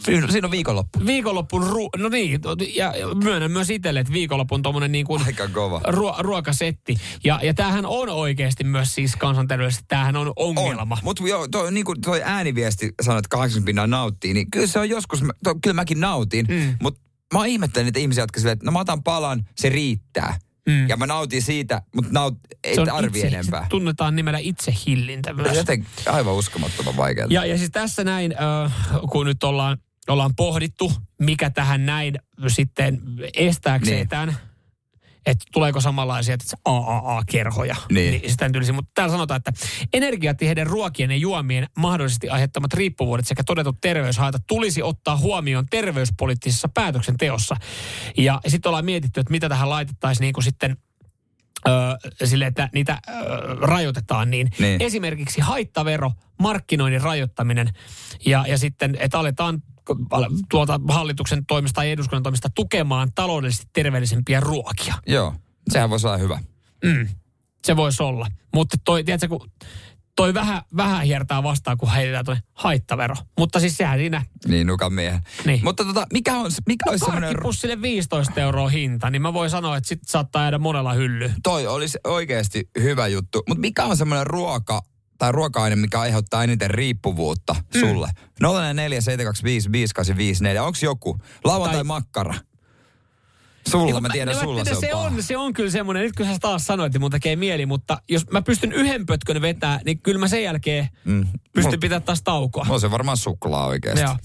Siin, siinä on viikonloppu. viikonloppun, ru- no niin, ja myönnän myös itselle, että viikonlopun tuommoinen niin kuin Aika kova. ruo- ruokasetti. Ja, ja tämähän on oikeasti myös siis kansanterveydellisesti, tämähän on ongelma. On. Mutta joo, toi, niin kuin toi ääniviesti sanoi, että 80 pinnaa nauttii, niin kyllä se on joskus, mä- to, kyllä mäkin nautin, mm. mutta mä oon ihmettänyt niitä ihmisiä, jotka silleen, että no mä otan palan, se riittää. Mm. Ja mä nautin siitä, mutta naut, ei arvi itse, se enempää. tunnetaan nimellä itsehillintä myös. Joten aivan uskomattoman vaikeaa. Ja, ja siis tässä näin, äh, kun nyt ollaan, ollaan pohdittu, mikä tähän näin sitten estääkseen Niin. niin. tämän, että tuleeko samanlaisia että AAA-kerhoja. Niin. sitä nyt ylisi. Mutta täällä sanotaan, että energiatiheiden ruokien ja juomien mahdollisesti aiheuttamat riippuvuudet sekä todetut terveyshaitat tulisi ottaa huomioon terveyspoliittisessa päätöksenteossa. Ja sitten ollaan mietitty, että mitä tähän laitettaisiin niin kuin sitten ö, sille, että niitä ö, rajoitetaan, niin, Niin. niin esimerkiksi haittavero, markkinoinnin rajoittaminen ja, ja sitten, että aletaan al- tuolta hallituksen toimesta tai eduskunnan toimesta tukemaan taloudellisesti terveellisempiä ruokia. Joo, sehän voisi olla hyvä. Mm. Se voisi olla. Mutta toi, tiedätkö, kun toi vähän, vähän hiertää vastaan, kun heitetään tuonne haittavero. Mutta siis sehän siinä Niin, nukan miehen. Niin. Mutta tota, mikä on, mikä no, olisi semmoinen... karkkipussille 15 euroa hinta, niin mä voin sanoa, että sit saattaa jäädä monella hylly. Toi olisi oikeasti hyvä juttu. Mutta mikä on semmoinen ruoka tai ruoka-aine, mikä aiheuttaa eniten riippuvuutta mm. sulle? 047255854. Onko joku? Lauantai tai... makkara. Sulla, mä tiedän, no, sulla tiedän, se on se paha. on, se on kyllä semmoinen, nyt kun sä taas sanoit, niin mun tekee mieli, mutta jos mä pystyn yhden pötkön vetää, niin kyllä mä sen jälkeen Mm. pystyn pitämään taas taukoa. On se varmaan suklaa oikeasti. Joo.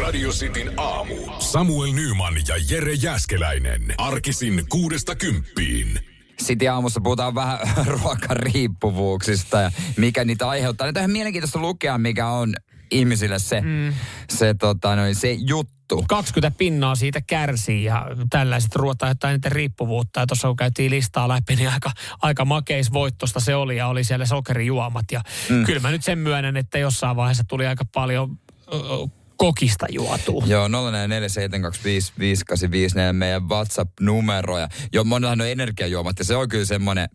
Radio Cityn aamu. Samuel Nyman ja Jere Jäskeläinen. Arkisin kuudesta kymppiin. Sitten aamussa puhutaan vähän ruokariippuvuuksista ja mikä niitä aiheuttaa. Nyt on ihan mielenkiintoista lukea, mikä on ihmisille se, mm. se, tota, noin, se juttu. 20 pinnaa siitä kärsii ja tällaiset ruotaa jotain niitä riippuvuutta. Ja tuossa kun käytiin listaa läpi, niin aika, aika makeis voittosta se oli ja oli siellä sokerijuomat. Ja mm. kyllä mä nyt sen myönnän, että jossain vaiheessa tuli aika paljon ö, kokista juotua. Joo, 047255854 meidän WhatsApp-numeroja. Joo, monellahan on energiajuomat ja se on kyllä semmoinen,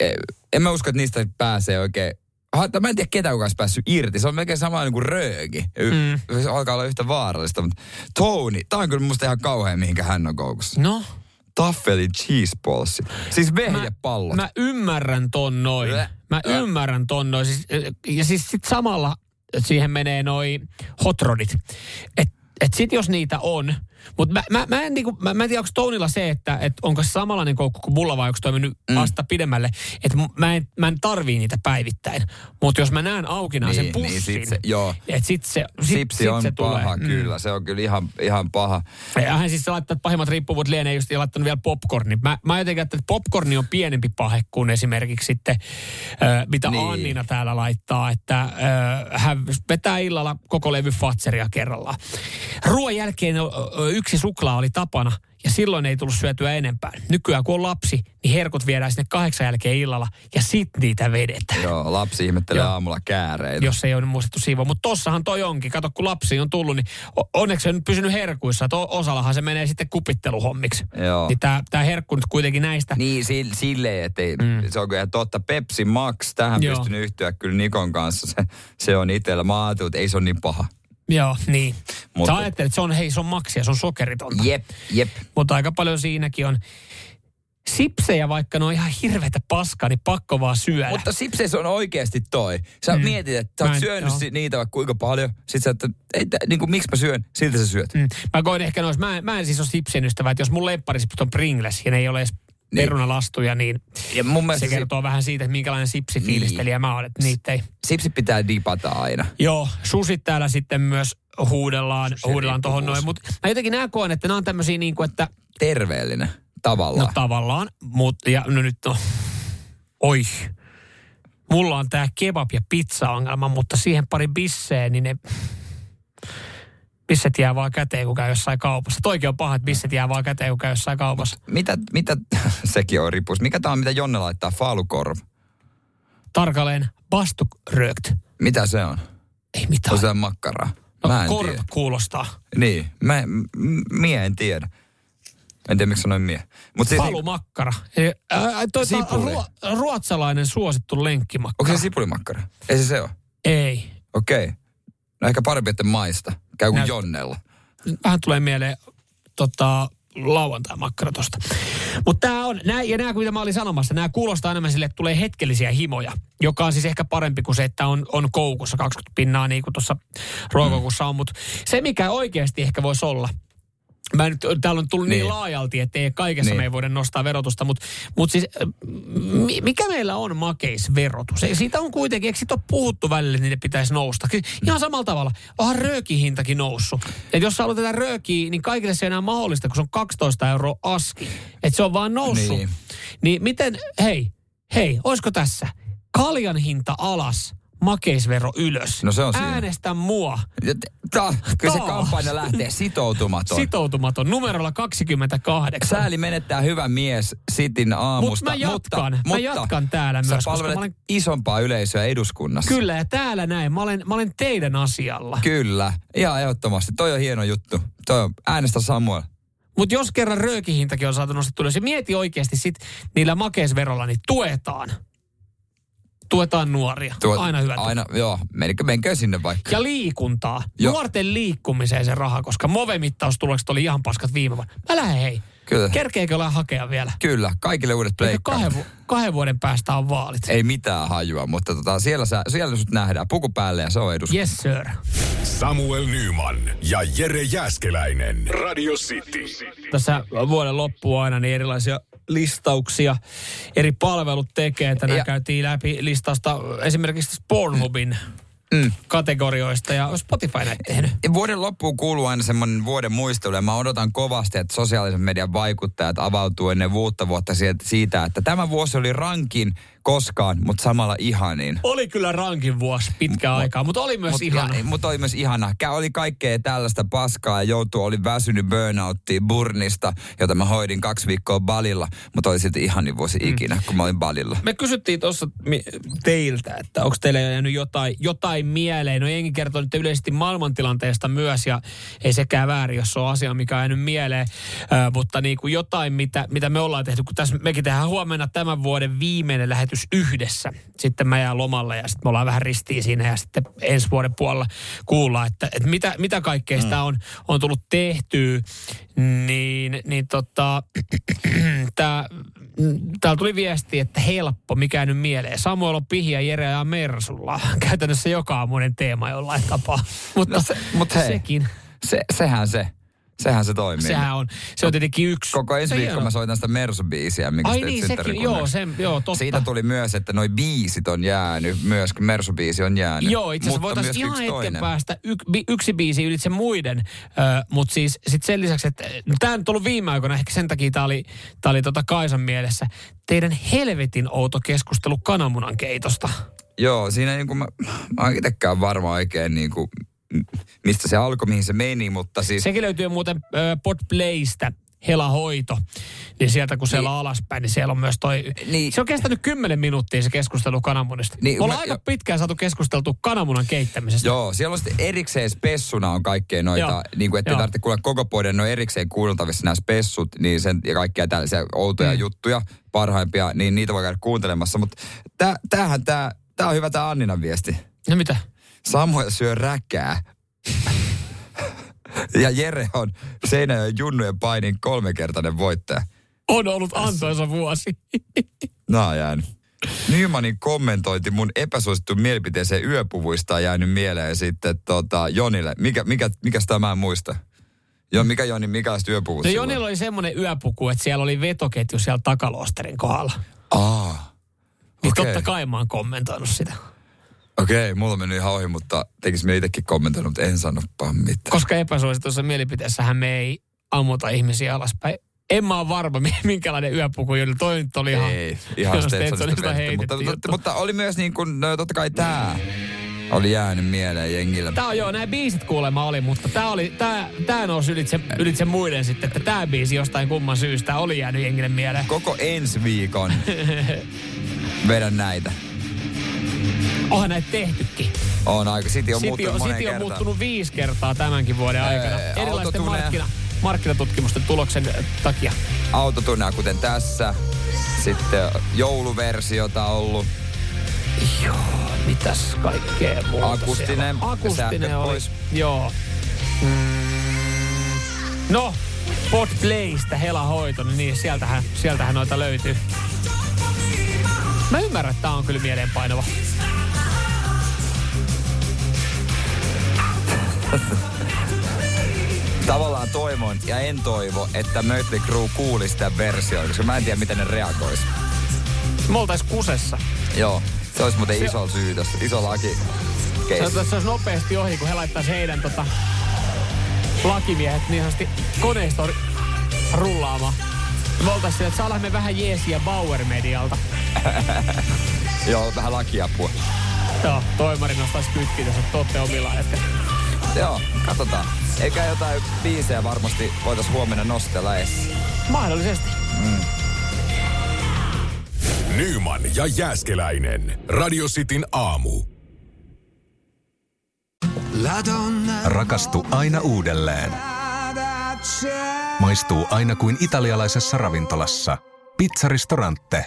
eh, en mä usko, että niistä pääsee oikein Hatta, mä en tiedä ketään kukaan olisi päässyt irti. Se on melkein sama niin kuin rööki. Mm. Se alkaa olla yhtä vaarallista. Mutta Tony, tää on kyllä musta ihan kauhean, mihinkä hän on koukussa. No? Taffeli cheese ballsit. Siis vehjepallot. Mä ymmärrän ton noin. Mä ymmärrän ton noin. Siis, ja siis sit samalla siihen menee noi hotrodit. Et, et sit jos niitä on, mutta mä, mä, mä, en, niinku, mä, mä en tiedä, onko Tounilla se, että et onko samanlainen koukku kuin mulla vai onko toi mennyt mm. asta pidemmälle. Että mä en, mä en tarvii niitä päivittäin. Mutta jos mä näen aukinaan Niin, sen pussin, niin sit se- joo. et sit se, sit, Sipsi sit on se tulee. Mm. paha, kyllä. Se on kyllä ihan, ihan paha. Ja hän siis laittaa, että pahimmat riippuvuudet lienee just ja laittanut vielä popcornin. Mä, mä jotenkin ajattelin, että popcorni on pienempi pahe kuin esimerkiksi sitten, äh, mitä niin. Annina täällä laittaa, että äh, hän vetää illalla koko levy Fatseria kerrallaan. Ruoan jälkeen ö, ö, yksi suklaa oli tapana ja silloin ei tullut syötyä enempää. Nykyään kun on lapsi, niin herkut viedään sinne kahdeksan jälkeen illalla ja sit niitä vedetään. Joo, lapsi ihmettelee Joo. aamulla kääreitä. Jos ei ole nyt muistettu siivoa. Mutta tossahan toi onkin. Kato, kun lapsi on tullut, niin o- onneksi se on nyt pysynyt herkuissa. Tuo osallahan se menee sitten kupitteluhommiksi. Joo. Niin tää, tää herkku nyt kuitenkin näistä. Niin, si- silleen, että mm. se on kyllä totta. Pepsi Max, tähän Joo. Joo. pystynyt yhtyä kyllä Nikon kanssa. Se, se on itsellä. Mä ajattelin, että ei se ole niin paha. Joo, niin. Mutta... Mutta- Sä ajattelet, että se on, hei, se on maksia, se on sokeritonta. Jep, jep. Mutta aika paljon siinäkin on sipsejä, vaikka ne on ihan hirveätä paskaa, niin pakko vaan syödä. Mutta sipseissä on oikeasti toi. Sä mm. mietit, että sä Mä oot en- syönyt joo. si- niitä vaikka kuinka paljon. Sitten sä, että ei, tä- niin kuin, miksi mä syön? Siltä sä syöt. Mm. Mä koin ehkä nois, mä, en- mä en siis ole sipsien ystävä, että jos mun lempparisipsit on Pringles ja ne ei ole edes niin. perunalastuja, niin Ja mun se mielestä se, kertoo vähän siitä, että minkälainen sipsifiilistelijä niin. mä oon, että niitä ei. sipsit pitää dipata aina. Joo, susit täällä sitten myös huudellaan, huudellaan tuohon noin, mutta mä jotenkin nää koen, että nämä on tämmöisiä niin kuin, että Terveellinen. Tavallaan. no tavallaan, mutta ja no nyt no, oi, mulla on tää kebab- ja pizza-ongelma, mutta siihen pari bisseen, niin ne bisset jää vaan käteen, kun käy jossain kaupassa. Toikin on paha, että bisset jää vaan käteen, kun käy jossain kaupassa. Mitä, mitä, sekin on ripus. Mikä tää on, mitä Jonne laittaa? Faalukorv. Tarkalleen bastukrökt. Mitä se on? Ei mitään. On se makkaraa. No, Mä en korv tiedä. kuulostaa. Niin, mä, m- mie en tiedä. En tiedä, miksi sanoin mie. Mut siis, Palumakkara. Eli, ää, toi- tää on Sipuli. ruo- ruotsalainen suosittu lenkkimakkara. onko se sipulimakkara? Ei se se ole. Ei. Okei. Okay. No ehkä parempi, että maista. Käy kuin Näyt- Jonnella. Vähän tulee mieleen tota, lauantai-makkara tosta. Mutta tämä on, nää, ja nämä mitä mä olin sanomassa, nämä kuulostaa enemmän sille, että tulee hetkellisiä himoja, joka on siis ehkä parempi kuin se, että on, on koukussa 20 pinnaa niin kuin tuossa ruokakuussa on. Mutta se, mikä oikeasti ehkä voisi olla, Mä nyt, täällä on tullut niin, niin Niin. laajalti, että ei kaikessa niin. Niin. me ei voida nostaa verotusta, mutta mut siis äh, mi- mikä meillä on makeisverotus? Ei, siitä on kuitenkin, eikö siitä ole puhuttu välillä, että niiden pitäisi nousta? Ky- ihan samalla tavalla. Onhan röökihintakin noussut. Et jos sä haluat tätä röökiä, niin kaikille se ei enää mahdollista, kun se on 12 euroa aski. Että se on vaan noussut. Niin. Niin. niin miten, hei, hei, olisiko tässä? Kaljan hinta alas, makeisvero ylös. No se on siinä. Äänestä mua. Ja t- Tää, kyllä se Taas. kampanja lähtee sitoutumaton. Sitoutumaton numerolla 28. Sääli menettää hyvä mies Sitin aamusta. Mut mä jatkan. Mutta, Mä jatkan täällä sä myös, koska palvelet mä olen- isompaa yleisöä eduskunnassa. Kyllä, ja täällä näin. Mä olen, mä olen teidän asialla. Kyllä. Ihan ehdottomasti. Toi on hieno juttu. Toi on, äänestä Samuel. Mutta jos kerran röökihintakin on saatu nostettua ylös, ja mieti oikeasti sit niillä makeisverolla, niin tuetaan. Tuetaan nuoria. Tuo, aina hyvä. Aina. Aina, joo. Menikö, menkö sinne vaikka? Ja liikuntaa. Joo. Nuorten liikkumiseen se raha, koska Move-mittaustulokset oli ihan paskat viime vuonna. Mä lähden hei. Kyllä. Kerkeekö olla hakea vielä? Kyllä. Kaikille uudet Eikö pleikkarit. Kahden, vu- kahden vuoden päästä on vaalit. Ei mitään hajua, mutta tota, siellä, sä, siellä sut nähdään. Puku päälle ja se on edus. Yes, sir. Samuel Nyman ja Jere Jäskeläinen. Radio City. tässä vuoden loppuun aina niin erilaisia listauksia eri palvelut tekee. Tänään ja. Ja- käytiin läpi listausta esimerkiksi tästä Pornhubin mm. kategorioista ja Spotify näitä tehnyt. Ja Vuoden loppuun kuuluu aina semmoinen vuoden muistelu, ja mä odotan kovasti, että sosiaalisen median vaikuttajat avautuu ennen vuotta vuotta sieltä- siitä, että tämä vuosi oli rankin koskaan, mutta samalla ihanin. Oli kyllä rankin vuosi pitkä aikaa, mutta oli myös Mut ihana. ja- Mut oli myös ihana. Kä- Oli kaikkea tällaista paskaa ja joutuu, oli väsynyt burnouttiin burnista, jota mä hoidin kaksi viikkoa balilla, mutta oli silti ihanin vuosi Mm. ikinä, kun mä olin balilla. Me kysyttiin tuossa mi- teiltä, että onko teille jäänyt jotain, jotain mieleen. No jengi kertoo nyt yleisesti maailmantilanteesta myös ja ei sekään väärin, jos se on asia, mikä on jäänyt mieleen. Ö, mutta niin kuin jotain, mitä, mitä me ollaan tehty, kun tässä mekin tehdään huomenna tämän vuoden viimeinen lähetys yhdessä. Sitten mä jään lomalla ja sitten me ollaan vähän ristiin siinä ja sitten ensi vuoden puolella kuullaan, että, että mitä, mitä kaikkea Mm. sitä on, on tullut tehtyä. Niin, niin tota, tää, täällä tuli viesti, että helppo, mikä ei nyt mieleen. Samuel on pihiä, Jere ja Mersulla. Käytännössä joka aamuinen teema jollain tapaa. Mutta, no se, mut hei. sekin, Se, sehän se. Sehän se toimii. sehän on. Se on tietenkin yksi. Koko ensi Se viikko hieno. mä soitan sitä Mersu-biisiä, minkä Ai sä teit niin, sekin, synttärikunnaksi. joo, sen, joo, totta. Siitä tuli myös, että noi biisit on jäänyt, myös Mersu-biisi on jäänyt. Joo, itse asiassa Mutta voitaisiin ihan myös yksi hetken toinen. päästä yk, bi, yksi biisi ylitse muiden, ö, mutta siis sit sen lisäksi, että no, tämä on tullut viime aikoina, ehkä sen takia tämä oli, tää oli tota Kaisan mielessä, teidän helvetin outo keskustelu kananmunan keitosta. Joo, siinä niin kuin mä, mä oon itsekään varma oikein niin kuin, mistä se alkoi, mihin se meni, mutta siis... Sekin löytyy muuten ö, Podplaystä, Helahoito, niin sieltä kun siellä niin. alaspäin, niin siellä on myös toi... Niin. Se on kestänyt 10 minuuttia se keskustelu kananmunista. Niin, Niin, Ollaan mä- aika pitkään saatu keskusteltua kananmunan keittämisestä. Joo, siellä on sitten erikseen spessuna on kaikkea Joo. noita, niin kuin, ettei Joo. tarvitse kuulla koko poiden, ne on erikseen kuunneltavissa nämä spessut, niin sen ja kaikkia tällaisia outoja mm. juttuja, parhaimpia, niin niitä voi käydä kuuntelemassa. Mutta tä, tämähän tämä, tää on hyvä tämä Anninan viesti. No mitä? Samuel syö räkää. ja Jere on Seinäjoen junnujen painin kolmekertainen voittaja. On ollut antoisa vuosi. Nää on jäänyt. Nymanin kommentointi mun epäsuosittu mielipiteeseen yöpuvuista on jäänyt mieleen sitten tota, Jonille. Mikä, mikä, mikäs tämä mä en muista? Jo, mikä Joni, mikä olisi yöpuvussa? No Jonilla oli semmoinen yöpuku, että siellä oli vetoketju siellä takalosterin kohdalla. Aa, Niin Okei. totta kai mä oon kommentoinut sitä. okei, okay, mulla meni ihan ohi, mutta tekis me itsekin kommentoinut, mutta en sano vaan mitään. Koska epäsuosituissa mielipiteessähän me ei ammuta ihmisiä alaspäin. En mä ole varma, mi- minkälainen yöpuku Jonilla. Toi nyt oli ihan... niin, Ei, ihan jos Stetsonista Stetsonista vedetty, mutta, heitettiin mutta, mutta, oli myös niin kuin, no, totta kai tää oli jäänyt mieleen jengillä. Tää on joo, nämä biisit kuulemma oli, mutta tää, oli, tää, tää nousi ylitse, ylitse muiden sitten, että tää biisi jostain kumman syystä oli jäänyt jengille mieleen. Koko ensi viikon vedän näitä. Onhan näitä tehtykin. On aika, City on Siti muuttunut on, moneen Siti on kertaan. muuttunut viisi kertaa tämänkin vuoden aikana. Ee, Erilaisten autotuneja. markkina, markkinatutkimusten tuloksen ö, takia. autotunnea, kuten tässä. Sitten jouluversiota on ollut. Joo, mitäs kaikkea muuta Akustinen, siellä on? Akustinen sähköt oli, pois. joo. Mm, no, Podplaystä helahoito, niin, niin sieltähän, sieltähän noita löytyy. Mä ymmärrän, että tää on kyllä mieleenpainuva. Tavallaan toivon ja en toivo, että Mötley Crew kuulisi tämän version, koska mä en tiedä, miten ne reagoisi. Me oltais kusessa. Joo, se olisi muuten Se- iso syy tässä, iso laki. Se, Case. se olisi nopeasti ohi, kun he laittaisi heidän tota, lakimiehet niin sanotusti koneistoon ri- rullaamaan. Me oltais sillä, että saadaan me vähän jeesiä Bauer Medialta. Joo, vähän lakiapua. Joo, toimari nostaisi kytkin, jos te ootte omilla eteen. Joo, katsotaan. Eikä jotain biisejä varmasti voitaisiin huomenna nostella edes. Mahdollisesti. Nyman ja Jääskeläinen. Radio Cityn aamu. Rakastu aina uudelleen. Maistuu aina kuin italialaisessa ravintolassa. Pizzaristorante.